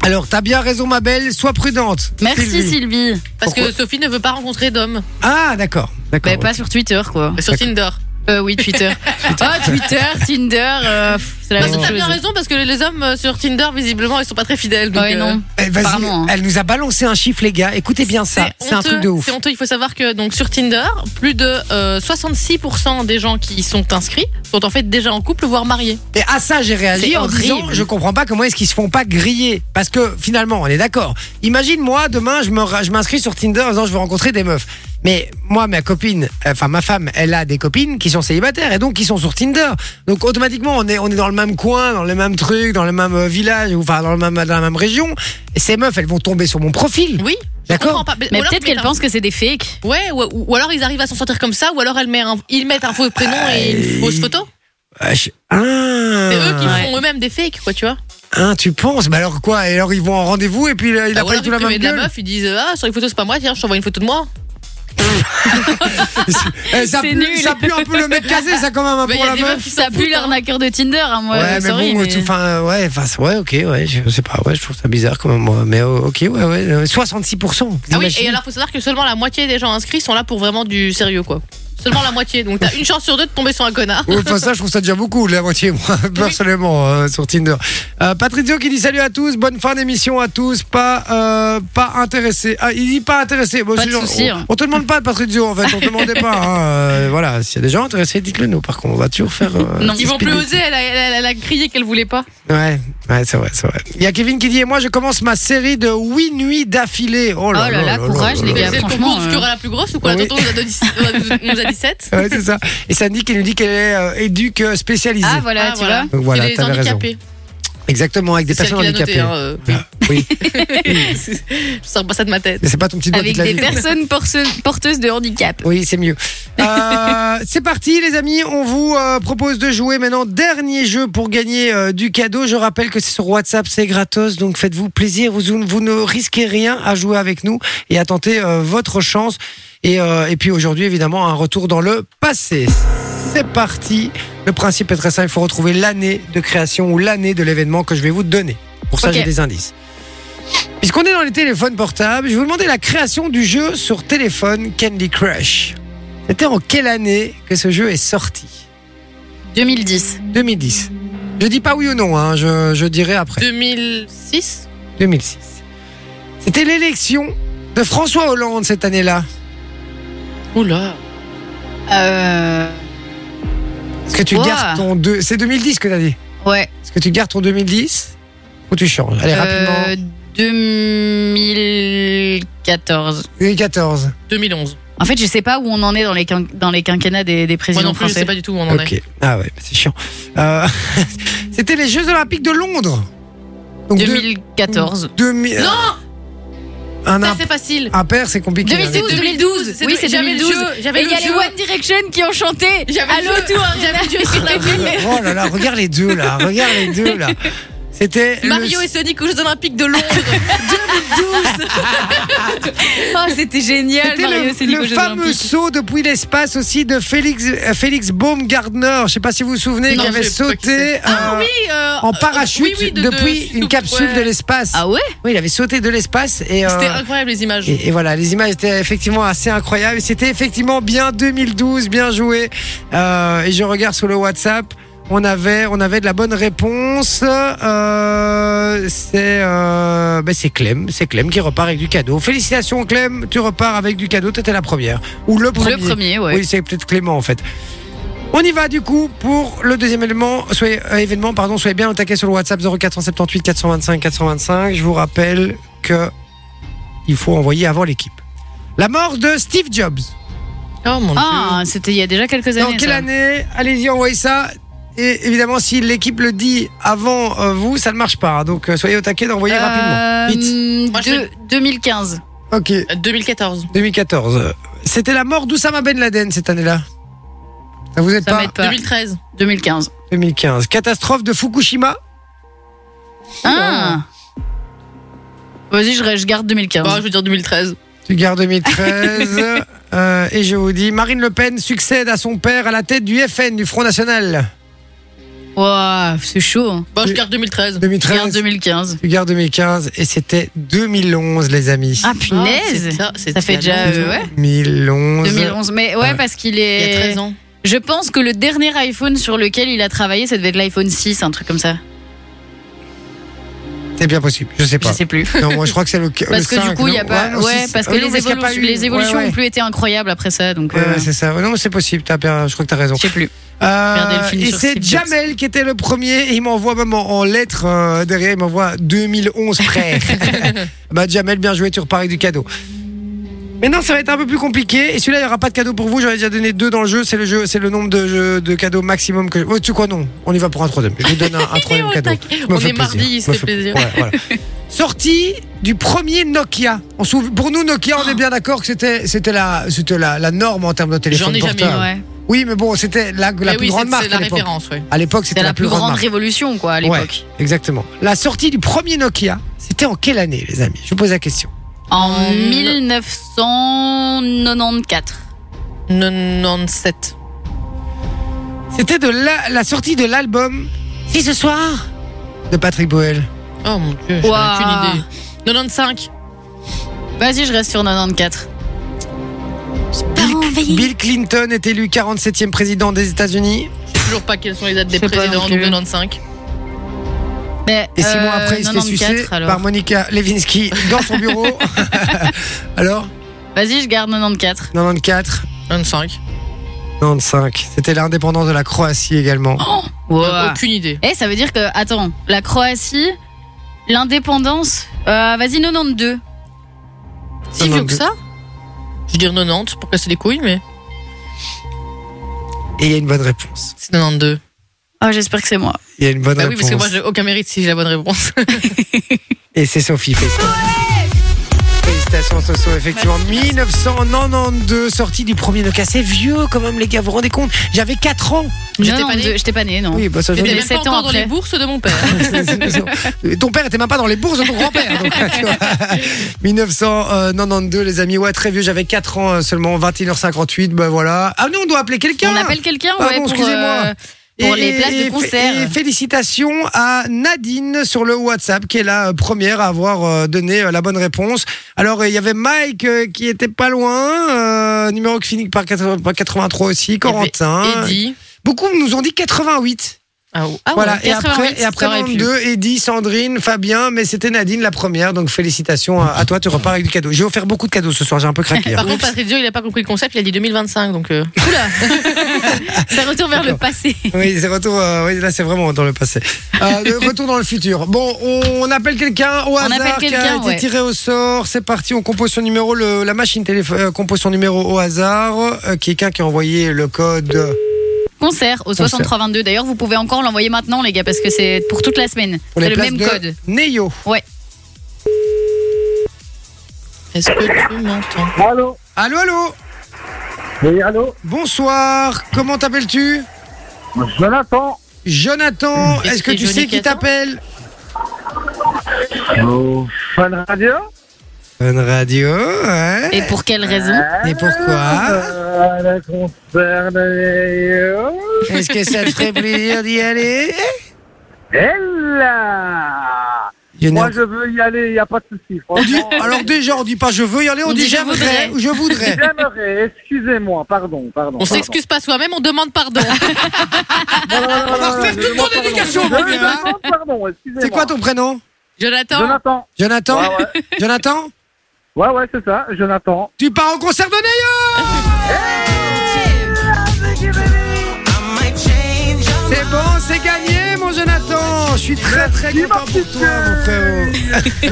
Speaker 2: Alors, t'as bien raison, ma belle. Sois prudente.
Speaker 4: Merci
Speaker 2: Sylvie.
Speaker 4: Sylvie. Bah,
Speaker 3: parce
Speaker 2: Pourquoi
Speaker 3: que Sophie ne veut pas rencontrer d'hommes
Speaker 2: Ah, d'accord. D'accord.
Speaker 4: Mais pas sur Twitter, quoi.
Speaker 3: Bah, sur Tinder.
Speaker 4: Euh, oui, Twitter. Ah, Twitter, Tinder, euh, pff, c'est la
Speaker 3: Parce
Speaker 4: même
Speaker 3: que Bah, t'as bien
Speaker 4: chose.
Speaker 3: raison, parce que les hommes euh, sur Tinder, visiblement, ils sont pas très fidèles. donc,
Speaker 4: Ouais,
Speaker 3: euh,
Speaker 4: non.
Speaker 2: Eh, vas-y,
Speaker 4: apparemment, hein.
Speaker 2: elle nous a balancé un chiffre, les gars. Écoutez bien ça. C'est un
Speaker 3: honteux,
Speaker 2: truc de ouf.
Speaker 3: C'est honteux. Il faut savoir que donc sur Tinder, plus de euh, 66% des gens qui y sont inscrits sont en fait déjà en couple, voire mariés.
Speaker 2: Et à ça, j'ai réagi
Speaker 4: C'est
Speaker 2: en
Speaker 4: horrible.
Speaker 2: disant je comprends pas comment est-ce qu'ils se font pas griller. Parce que finalement, on est d'accord. Imagine, moi, demain, je me ra- je m'inscris sur Tinder en disant je veux rencontrer des meufs. Mais moi, ma copine, euh, enfin ma femme, elle a des copines qui sont célibataires et donc qui sont sur Tinder. Donc automatiquement, on est, on est dans le même coin, dans le même truc, dans le même euh, village, ou enfin dans, le même, dans la même région. Et ces meufs, elles vont tomber sur mon profil.
Speaker 3: Oui.
Speaker 2: D'accord
Speaker 3: comprends pas.
Speaker 4: Mais
Speaker 3: ou alors,
Speaker 4: peut-être
Speaker 3: ils
Speaker 4: qu'elle
Speaker 3: mettent
Speaker 4: pense que c'est des fakes.
Speaker 3: un- Ouais, ou, ou- ou alors ils arrivent à s'en sortir comme ça, ou alors elles mettent un, ils mettent un faux prénom et une fausse photo.
Speaker 2: Ah, je- Ah,
Speaker 3: C'est eux qui
Speaker 4: Ouais.
Speaker 3: font eux-mêmes des fakes, quoi, tu vois.
Speaker 2: Ah, tu penses Mais alors quoi Et alors ils vont en rendez-vous et puis là, il
Speaker 3: Bah,
Speaker 2: a
Speaker 3: ou
Speaker 2: pas
Speaker 3: alors
Speaker 2: du tout la
Speaker 3: ils préviennent
Speaker 2: même
Speaker 3: la
Speaker 2: gueule.
Speaker 3: meuf, ils disent Ah, sur une photo, c'est pas moi, tiens, je t'envoie une photo de moi.
Speaker 2: Eh, ça,
Speaker 4: C'est
Speaker 2: pue,
Speaker 4: nul.
Speaker 2: ça pue un peu le mec casé, ça quand même, hein,
Speaker 3: Bah,
Speaker 2: pour
Speaker 3: y a
Speaker 2: la
Speaker 3: des
Speaker 2: meuf.
Speaker 3: meufs qui
Speaker 4: Ça
Speaker 3: s'en
Speaker 4: pue
Speaker 3: foutent, hein.
Speaker 4: l'arnaqueur de Tinder, hein, moi.
Speaker 2: ouais, mais
Speaker 4: sorry,
Speaker 2: bon,
Speaker 4: mais-
Speaker 2: tout- enfin, ouais, enfin, ouais, ok, ouais, je sais pas, ouais, je trouve ça bizarre quand même, moi, mais oh, ok, ouais, ouais, euh, 66%.
Speaker 3: Ah oui,
Speaker 2: imaginez.
Speaker 3: et alors faut savoir que seulement la moitié des gens inscrits sont là pour vraiment du sérieux, quoi. Seulement la moitié, donc t'as une chance sur deux de tomber sur un connard.
Speaker 2: Ouais, Enfin, ça, je trouve ça déjà beaucoup, la moitié, moi, personnellement, euh, sur Tinder. Euh, Patrizio qui dit salut à tous, bonne fin d'émission à tous, pas, euh, pas intéressé. Ah, il dit pas intéressé. Bon,
Speaker 4: Pas
Speaker 2: c'est
Speaker 4: de
Speaker 2: genre,
Speaker 4: souci,
Speaker 2: on,
Speaker 4: hein.
Speaker 2: on te demande pas, Patrizio, en fait, on te demandait pas. hein, euh, voilà, s'il y a des gens intéressés, dites-le nous. Par contre, on va toujours faire. euh,
Speaker 4: Non.
Speaker 3: Ils vont
Speaker 2: speed
Speaker 3: plus
Speaker 2: dating.
Speaker 3: oser, elle a, elle a- elle a crié qu'elle voulait pas.
Speaker 2: Ouais, ouais c'est vrai, c'est vrai. Il y a Kevin qui dit Et moi, je commence ma série de 8 nuits d'affilée. Oh là
Speaker 4: Oh
Speaker 2: là,
Speaker 4: là là, courage, les
Speaker 3: Mais
Speaker 4: gars.
Speaker 3: C'est le
Speaker 4: franchement,
Speaker 3: concours du
Speaker 4: euh,
Speaker 3: cœur à la plus grosse ou quoi
Speaker 2: oui.
Speaker 3: La tonton nous a, dit- euh, nous a 17
Speaker 2: Ouais, c'est ça. Et Sandy qui nous dit qu'elle est euh, éduque euh, spécialisée.
Speaker 4: Ah, voilà,
Speaker 3: Ah,
Speaker 4: tu
Speaker 3: voilà.
Speaker 4: vois.
Speaker 2: Donc voilà,
Speaker 3: Et les
Speaker 2: t'avais raison.
Speaker 3: handicapés.
Speaker 2: Exactement, avec des
Speaker 3: C'est elle
Speaker 2: personnes
Speaker 3: qui l'a noté,
Speaker 2: handicapées.
Speaker 3: hein, euh,
Speaker 2: Oui,
Speaker 3: Je sors pas ça de ma tête.
Speaker 2: mais c'est pas ton petit doigt qui
Speaker 4: Avec
Speaker 2: te l'a
Speaker 4: des
Speaker 2: dit.
Speaker 4: personnes porteuses, porteuses de handicap.
Speaker 2: Oui, c'est mieux. Euh, c'est parti, les amis. On vous euh, propose de jouer maintenant. Dernier jeu pour gagner euh, du cadeau. Je rappelle que c'est sur WhatsApp, c'est gratos. Donc faites-vous plaisir. Vous, vous ne risquez rien à jouer avec nous et à tenter euh, votre chance. Et, euh, et puis aujourd'hui, évidemment, un retour dans le passé. C'est parti. Le principe est très simple. Il faut retrouver l'année de création ou l'année de l'événement que je vais vous donner. Pour ça,
Speaker 4: Ok.
Speaker 2: j'ai des indices. Puisqu'on est dans les téléphones portables, je vais vous demander la création du jeu sur téléphone Candy Crush. C'était en quelle année que ce jeu est sorti
Speaker 4: 2010.
Speaker 2: 2010. Je dis pas oui ou non, hein, je, je dirai après.
Speaker 3: 2006
Speaker 2: 2006. C'était l'élection de François Hollande cette année-là.
Speaker 3: Oula.
Speaker 4: Euh,
Speaker 2: Est-ce que tu
Speaker 4: Ouah.
Speaker 2: gardes ton... deux- C'est 2010 que t'as dit.
Speaker 4: ouais.
Speaker 2: Est-ce que tu gardes ton 2010 ou tu changes Allez,
Speaker 4: Euh,
Speaker 2: rapidement.
Speaker 4: 2014.
Speaker 2: 2014.
Speaker 3: 2011.
Speaker 4: En fait, je sais pas où on en est dans les, quin- dans les quinquennats des, des
Speaker 3: Moi
Speaker 4: présidents
Speaker 3: non plus, je
Speaker 4: français.
Speaker 3: sais pas du tout où on en est.
Speaker 2: Ok. Ah ouais, c'est chiant. Euh, C'était les Jeux Olympiques de Londres. Donc deux-
Speaker 4: 2014.
Speaker 2: 2000.
Speaker 3: Non
Speaker 2: Euh, Un
Speaker 3: Ça
Speaker 2: imp-
Speaker 3: c'est facile.
Speaker 2: impair, c'est compliqué.
Speaker 3: Demi-
Speaker 4: 2012,
Speaker 3: C'est
Speaker 4: 2012.
Speaker 3: 2012.
Speaker 4: Oui, c'est
Speaker 3: J'avais le
Speaker 4: 2012.
Speaker 3: jeu, j'avais
Speaker 4: Et il y
Speaker 3: le
Speaker 4: a les
Speaker 3: jeu.
Speaker 4: One Direction qui ont chanté.
Speaker 3: J'avais
Speaker 4: à
Speaker 3: le jeu.
Speaker 4: l'autour. J'avais
Speaker 2: Oh là là, regarde les deux là, regarde les deux là. C'était le-
Speaker 3: Mario et Sonic aux Jeux Olympiques de Londres.
Speaker 4: Oh, c'était génial.
Speaker 2: c'était
Speaker 4: Mario, c'est Nico
Speaker 2: le, le fameux saut depuis l'espace aussi de Félix, euh, Félix Baumgartner. Je sais pas si vous vous souvenez,
Speaker 3: Non,
Speaker 2: qui avait
Speaker 3: je sais pas qui
Speaker 2: sauté
Speaker 3: Ah
Speaker 2: euh,
Speaker 3: oui, euh,
Speaker 2: en
Speaker 3: euh,
Speaker 2: parachute
Speaker 3: oui, oui, de- de-
Speaker 2: depuis une
Speaker 3: soupe,
Speaker 2: capsule
Speaker 3: ouais.
Speaker 2: de l'espace.
Speaker 4: Ah ouais
Speaker 2: Oui, il avait sauté de l'espace et, euh,
Speaker 3: C'était incroyable les images.
Speaker 2: et, et voilà, les images étaient effectivement assez incroyables. Et C'était effectivement bien 2012, bien joué. Euh, et je regarde sur le WhatsApp. On avait, on avait de la bonne réponse. Euh, c'est, euh, ben, c'est Clem, c'est Clem qui repart avec du cadeau. Félicitations Clem, tu repars avec du cadeau. T'étais la première ou le premier.
Speaker 4: Le premier, ouais.
Speaker 2: Oui, c'est peut-être Clément en fait. On y va du coup pour le deuxième élément, soyez, euh, événement. Pardon, soyez bien au taquet sur le WhatsApp 0478 425 425. Je vous rappelle que il faut envoyer avant l'équipe. La mort de Steve Jobs.
Speaker 3: Oh mon
Speaker 4: Ah, c'était il y a déjà quelques
Speaker 2: Dans
Speaker 4: années.
Speaker 2: quelle
Speaker 4: ça.
Speaker 2: année Allez-y, envoyez ça. Et évidemment, si l'équipe le dit avant euh, vous, ça ne marche pas. Donc euh, soyez au taquet d'envoyer
Speaker 4: Euh,
Speaker 2: rapidement. Vite.
Speaker 3: Moi, je
Speaker 4: deux- 2015.
Speaker 2: Ok,
Speaker 4: euh,
Speaker 3: Dieu. 2014.
Speaker 2: 2014. C'était la mort d'Oussama Ben Laden cette année-là. Ça vous aide
Speaker 4: Ça
Speaker 2: pas
Speaker 4: m'aide pas.
Speaker 3: 2013.
Speaker 4: 2015.
Speaker 2: 2015. Catastrophe de Fukushima.
Speaker 4: Ah Vas-y, je, je garde 2015.
Speaker 3: Bah, je veux dire 2013.
Speaker 2: Tu gardes 2013. Euh, et je vous dis, Marine Le Pen succède à son père à la tête du FN, du Front National.
Speaker 4: Ouah, c'est chaud. hein.
Speaker 3: Bah, je garde 2013.
Speaker 2: 2013.
Speaker 4: Garde 2015.
Speaker 2: Tu gardes 2015. Et c'était 2011, les amis.
Speaker 4: Ah
Speaker 3: Ah,
Speaker 4: punaise
Speaker 3: c'est ça, c'est
Speaker 4: Ça fait
Speaker 3: il y a
Speaker 4: déjà, euh, ouais.
Speaker 2: 2011.
Speaker 4: 2011. Mais ouais,
Speaker 2: Ouais.
Speaker 4: parce qu'il
Speaker 3: Il
Speaker 4: est.
Speaker 3: y a 13 ans.
Speaker 4: Je pense que le dernier iPhone sur lequel il a travaillé, ça devait être l'iPhone 6, un truc comme ça.
Speaker 2: C'est bien possible. Je sais
Speaker 4: Je
Speaker 2: pas.
Speaker 4: sais plus.
Speaker 2: Non, moi, je crois que c'est le.
Speaker 4: Parce que du coup, il y a pas. Ouais, parce que les, évolutions, les évolutions ont
Speaker 2: plus.
Speaker 4: plus été incroyables après ça, donc.
Speaker 2: Ouais,
Speaker 4: euh,
Speaker 2: ouais, c'est ça. Ouais, Non, mais c'est possible. T'as bien, je crois que t'as raison.
Speaker 4: je sais plus. Regardez le
Speaker 2: Euh,
Speaker 4: film
Speaker 2: et
Speaker 4: sur
Speaker 2: c'est
Speaker 4: Steve Jobs.
Speaker 2: Jamel qui était le premier. Et il m'envoie même en, en lettres euh, derrière. Il m'envoie 2011, frère. bah, Jamel, bien joué. Tu repars avec du cadeau. Maintenant, ça va être un peu plus compliqué. Et celui-là, il n'y aura pas de cadeau pour vous. J'en ai déjà donné deux dans le jeu. C'est le jeu, c'est le nombre de, jeux- de cadeaux maximum que. je- Oh, tu sais quoi non On y va pour un troisième. Je vous donne un, un troisième
Speaker 3: au
Speaker 2: cadeau.
Speaker 3: taquet.
Speaker 2: Je me
Speaker 3: Oh, On
Speaker 2: fais
Speaker 3: est mardi, il
Speaker 2: plaisir. Je me
Speaker 3: se fait
Speaker 2: fais-
Speaker 3: plaisir.
Speaker 2: Ouais, voilà. Sortie du premier Nokia. On s'ouvre- pour nous, Nokia, on est bien d'accord que c'était, c'était, la, c'était la, la norme en termes de téléphone
Speaker 3: Ah. J'en ai jamais eu,
Speaker 2: portable.
Speaker 4: Ouais.
Speaker 2: Oui, mais bon, c'était la, la
Speaker 3: Mais
Speaker 2: plus
Speaker 3: oui,
Speaker 2: grande
Speaker 3: c'est-
Speaker 2: marque
Speaker 3: c'est la
Speaker 2: à l'époque.
Speaker 3: référence, ouais.
Speaker 2: À l'époque, c'était
Speaker 4: C'était la, plus grande,
Speaker 2: marque.
Speaker 4: révolution, quoi, à l'époque.
Speaker 2: Exactement. La sortie du premier Nokia, c'était en quelle année, les amis Je vous pose la question. Euh,
Speaker 4: En
Speaker 3: Mm.
Speaker 4: 1994.
Speaker 3: 97.
Speaker 2: C'était de la, la sortie de l'album Si ce soir de Patrick Boel.
Speaker 3: Oh mon dieu, j'ai
Speaker 4: Ouah.
Speaker 3: aucune idée. 95.
Speaker 4: Vas-y, je reste sur 94.
Speaker 2: Bill, Bill Clinton est élu 47e président des États-Unis.
Speaker 3: Je sais toujours pas quelles sont les dates des
Speaker 4: Je sais pas
Speaker 3: présidents,
Speaker 4: non
Speaker 3: donc
Speaker 4: plus.
Speaker 3: 95.
Speaker 4: Mais,
Speaker 2: Et six
Speaker 4: euh,
Speaker 2: mois après, il se fait
Speaker 4: 94,
Speaker 2: sucer
Speaker 4: alors.
Speaker 2: par Monica Lewinsky dans son bureau. alors,
Speaker 4: Vas-y, je garde 94.
Speaker 2: 94,
Speaker 3: 95.
Speaker 2: 95. C'était l'indépendance de la Croatie également.
Speaker 3: Oh.
Speaker 4: Wow.
Speaker 3: Aucune idée.
Speaker 4: Eh, ça veut dire que, attends, la Croatie, l'indépendance, euh, vas-y 92.
Speaker 3: Si vieux que ça Je veux dire 90 pour casser les couilles, mais
Speaker 2: Et il y a une bonne réponse.
Speaker 3: c'est 92.
Speaker 4: Ah, j'espère que c'est moi.
Speaker 2: Il y a une bonne
Speaker 3: Bah oui,
Speaker 2: réponse.
Speaker 3: parce que moi j'ai aucun mérite si j'ai la bonne réponse.
Speaker 2: Et c'est Sophie. Félicitations. Félicitations Soso, effectivement. 1992, sortie du premier Nokia. C'est vieux quand même, les gars, vous vous rendez compte J'avais 4 ans.
Speaker 3: J'étais pas
Speaker 4: 92,
Speaker 3: née.
Speaker 4: J'étais pas née, non.
Speaker 2: Oui, bah ça je
Speaker 3: J'étais
Speaker 4: Mais
Speaker 3: même
Speaker 4: sept
Speaker 3: pas
Speaker 4: ans
Speaker 3: encore dans
Speaker 4: après.
Speaker 3: les bourses de mon père.
Speaker 2: Et ton père était même pas dans les bourses de ton grand-père. donc, hein, tu vois. 1992, les amis. Ouais, très vieux. J'avais 4 ans euh, seulement, 21h58. Ben voilà. Ah non, on doit appeler quelqu'un.
Speaker 4: On appelle quelqu'un,
Speaker 2: Pardon,
Speaker 4: ouais, pour,
Speaker 2: excusez-moi.
Speaker 4: euh, pour les places de
Speaker 2: et-
Speaker 4: concert.
Speaker 2: et félicitations à Nadine sur le WhatsApp qui est la euh, première à avoir euh, donné euh, la bonne réponse. Alors euh, il y avait Mike euh, qui était pas loin, euh, numéro qui finit par 80 par 83 aussi, Corentin.
Speaker 3: Eddie.
Speaker 2: Beaucoup nous ont dit 88.
Speaker 3: Ah, ou- ah
Speaker 2: voilà,
Speaker 3: ouais,
Speaker 2: et après,
Speaker 3: 88,
Speaker 2: et après
Speaker 3: ça aurait pu.
Speaker 2: 92, Eddie, Sandrine, Fabien, mais c'était Nadine la première, donc félicitations à, à toi, tu repars avec du cadeau. J'ai offert beaucoup de cadeaux ce soir, j'ai un peu craqué. hein.
Speaker 3: Par contre, Patrick Dio, il a pas compris le concept, il a dit 2025, donc euh,
Speaker 4: Ça retourne vers le passé.
Speaker 2: Oui, c'est retour. euh, oui, là, c'est vraiment dans le passé. Euh, le retour dans le futur. Bon, on appelle quelqu'un au hasard
Speaker 4: appelle
Speaker 2: qui a
Speaker 4: quelqu'un,
Speaker 2: été
Speaker 4: ouais.
Speaker 2: tiré au sort. C'est parti. On compose son numéro. le- la machine téléphone euh, compose son numéro au hasard. Euh, quelqu'un qui a envoyé le code euh,
Speaker 4: Concert au
Speaker 2: Concert.
Speaker 4: 6322. D'ailleurs, vous pouvez encore l'envoyer maintenant, les gars, parce que c'est pour toute la semaine.
Speaker 2: pour
Speaker 4: C'est
Speaker 2: les
Speaker 4: le
Speaker 2: places
Speaker 4: même
Speaker 2: de
Speaker 4: code.
Speaker 2: Neyo.
Speaker 3: est-ce que tu m'entends
Speaker 7: Allô
Speaker 2: Allô, allô.
Speaker 7: Oui, allô
Speaker 2: Bonsoir. Comment t'appelles-tu?
Speaker 7: Jonathan Mmh.
Speaker 2: Jonathan.
Speaker 3: Est-ce
Speaker 2: Est-ce que
Speaker 3: que
Speaker 2: tu
Speaker 3: Johnny
Speaker 2: sais qui
Speaker 3: Catan
Speaker 2: t'appelle?
Speaker 7: oh, Fun Radio
Speaker 2: Fun Radio. Ouais.
Speaker 4: Et pour quelle raison
Speaker 2: Et pourquoi
Speaker 7: euh, Le concert de
Speaker 2: Est-ce que ça te ferait plaisir d'y aller
Speaker 7: Et là
Speaker 2: Jonathan.
Speaker 7: Moi, je veux y aller, il n'y a pas de souci. Franchement,
Speaker 2: Alors eh. déjà, on dit pas je veux y aller, on,
Speaker 4: On
Speaker 2: dit,
Speaker 4: dit je
Speaker 2: j'aimerais
Speaker 4: voudrais.
Speaker 2: ou je voudrais.
Speaker 7: j'aimerais, excusez-moi, pardon, pardon.
Speaker 3: On s'excuse pas soi-même, on demande pardon.
Speaker 7: On
Speaker 2: va refaire toute ton éducation, mon vieux, hein.
Speaker 7: Pardon, excusez-moi.
Speaker 2: C'est quoi ton prénom
Speaker 3: Jonathan,
Speaker 7: Jonathan
Speaker 2: Jonathan
Speaker 7: Ouais,
Speaker 2: Jonathan
Speaker 7: ouais, ouais, ouais c'est ça, Jonathan.
Speaker 2: Tu pars au concert de Neyo C'est bon, c'est gagné mon Jonathan Je suis très très
Speaker 7: Merci,
Speaker 2: content
Speaker 7: ma
Speaker 2: pour
Speaker 7: petite
Speaker 2: toi mon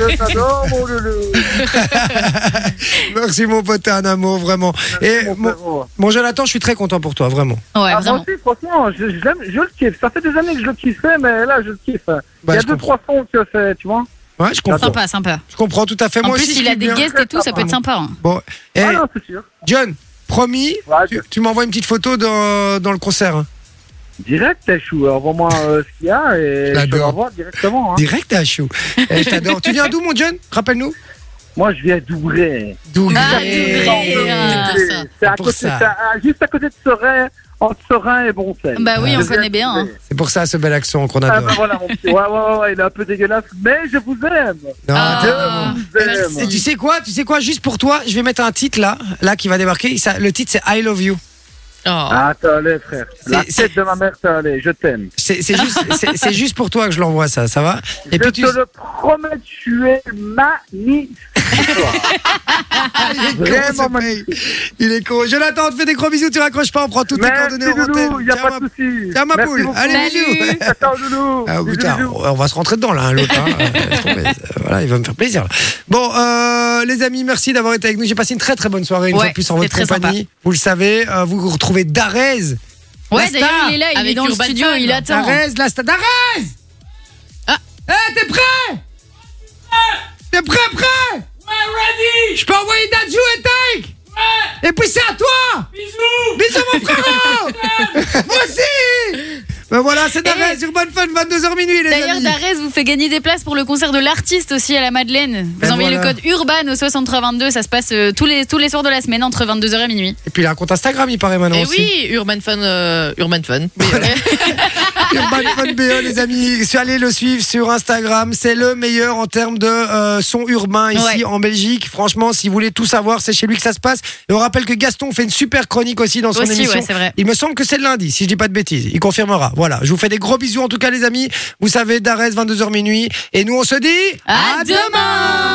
Speaker 2: frérot
Speaker 7: Je t'adore, mon loulou.
Speaker 2: Merci mon pote, t'es un amour vraiment Et
Speaker 7: Mon
Speaker 2: mon,
Speaker 7: frérot.
Speaker 2: mon Jonathan, je suis très content pour toi, vraiment
Speaker 4: Ouais,
Speaker 7: Ah, moi
Speaker 4: vraiment.
Speaker 7: aussi, franchement, je, je, l'aime, je le kiffe. Ça fait des années que je le kiffais, mais là, je le kiffe.
Speaker 2: Bah,
Speaker 7: il y a
Speaker 2: je
Speaker 7: deux,
Speaker 2: comprends.
Speaker 7: trois sons que c'est, tu vois.
Speaker 2: Ouais, je comprends,
Speaker 4: Sympa, sympa.
Speaker 2: je comprends tout à fait
Speaker 4: En
Speaker 2: Moi
Speaker 4: plus,
Speaker 2: aussi,
Speaker 4: il
Speaker 2: je
Speaker 4: a
Speaker 2: suis
Speaker 4: des
Speaker 2: bien.
Speaker 4: guests et tout, ça peut être sympa. hein.
Speaker 2: Bon, Eh,
Speaker 7: Ah non, c'est sûr.
Speaker 2: John, promis,
Speaker 7: Ouais,
Speaker 2: tu, tu m'envoies une petite photo dans, dans le concert hein.
Speaker 7: Direct, Tachou, envoie-moi euh, ce qu'il y a et je te
Speaker 2: J'adore.
Speaker 7: l'envoie directement. Hein.
Speaker 2: Direct à Chou. Eh, je t'adore. tu viens d'où, mon John Rappelle-nous.
Speaker 7: Moi, je viens d'ouvrir.
Speaker 2: D'où
Speaker 4: Ah, Douvray. Ah, ça.
Speaker 7: C'est à
Speaker 2: Pour
Speaker 7: côté,
Speaker 2: ça.
Speaker 7: c'est à- juste à côté de Serein, entre Serein et Broncel.
Speaker 4: Bah oui, on
Speaker 7: Je viens
Speaker 4: connaît bien,
Speaker 7: d'Ouvray.
Speaker 2: C'est pour ça ce bel accent qu'on
Speaker 7: Ah
Speaker 2: adore.
Speaker 7: bah voilà, mon petit. Ouais, ouais, ouais, il est un peu dégueulasse, mais je vous aime.
Speaker 2: Non,
Speaker 4: Ah.
Speaker 2: t'es-
Speaker 4: Ah,
Speaker 7: je vous aime.
Speaker 2: Et tu sais quoi Tu sais quoi Juste pour toi, je vais mettre un titre là, là qui va débarquer. Ça- le titre c'est I Love You.
Speaker 3: oh, Oh.
Speaker 7: Ah, t'as allé, frère. La
Speaker 2: C'est- c'est-
Speaker 7: tête de ma mère, t'as allé. Je t'aime.
Speaker 2: C'est c'est juste, c'est- c'est juste pour toi que je l'envoie ça, ça va
Speaker 7: Je
Speaker 2: Et puis tu.
Speaker 7: te le promets, tu es magnifique. toi.
Speaker 2: Il est con, ce mec. Il est con. Jonathan, on te fait des gros bisous, tu raccroches pas, on prend toutes tes
Speaker 7: Merci,
Speaker 2: coordonnées en
Speaker 7: Loulou.
Speaker 2: antenne.
Speaker 7: Y a
Speaker 2: Tiens,
Speaker 7: pas
Speaker 2: ma-
Speaker 7: de souci.
Speaker 2: tiens, ma
Speaker 7: Merci
Speaker 2: poule.
Speaker 7: beaucoup.
Speaker 2: Allez, bisous.
Speaker 4: Salut.
Speaker 7: Ciao, Loulou.
Speaker 2: Ah,
Speaker 7: Bisous,
Speaker 2: putain,
Speaker 7: bisous.
Speaker 2: on on va se rentrer dedans, là, hein, l'autre. hein. Euh, laisse tomber. Euh, voilà, il va me faire plaisir. là. Bon, euh, les amis, merci d'avoir été avec nous. J'ai passé une très très bonne soirée, une
Speaker 4: Ouais,
Speaker 2: fois de plus en votre
Speaker 4: c'était très
Speaker 2: compagnie. Vous le savez, euh, vous vous retrouvez Darez.
Speaker 4: Ouais,
Speaker 2: La
Speaker 4: d'ailleurs,
Speaker 2: star
Speaker 4: il est là, il
Speaker 3: avec
Speaker 4: est dans
Speaker 3: Urban
Speaker 4: le studio,
Speaker 3: Fun.
Speaker 4: il attend.
Speaker 2: Darez, la sta- Darez
Speaker 3: Ah.
Speaker 2: Eh, t'es prêt T'es prêt, prêt Ouais, ready Je peux envoyer Dadju et Taïk Ouais Et puis c'est à toi Bisous Bisous, mon frérot Moi aussi Ben voilà, c'est Darez, Urban Fun, 22h minuit, les
Speaker 4: D'ailleurs,
Speaker 2: amis.
Speaker 4: Darès vous fait gagner des places pour le concert de l'artiste aussi à la Madeleine. Vous
Speaker 2: Ben
Speaker 4: envoyez
Speaker 2: voilà.
Speaker 4: le code URBAN au 6322, ça se passe euh, tous, les, tous les soirs de la semaine entre 22h et minuit.
Speaker 2: Et puis il a un compte Instagram, il paraît maintenant
Speaker 3: Et
Speaker 4: Eh
Speaker 2: aussi.
Speaker 3: Eh oui, Urban Fun, euh, Urban Fun.
Speaker 2: Ah, Urban Fun BE, les amis. Allez le suivre sur Instagram. C'est le meilleur en termes de euh, son urbain ici
Speaker 4: Ouais.
Speaker 2: en Belgique. Franchement, si vous voulez tout savoir, c'est chez lui que ça se passe. Et on rappelle que Gaston fait une super chronique aussi dans son
Speaker 4: Aussi,
Speaker 2: émission.
Speaker 4: ouais, c'est vrai.
Speaker 2: Il me semble que c'est le lundi, si je dis pas de bêtises. Il confirmera. Voilà. Je vous fais des gros bisous en tout cas, les amis. Vous savez, Darès, 22h minuit. Et nous, on se dit
Speaker 4: À demain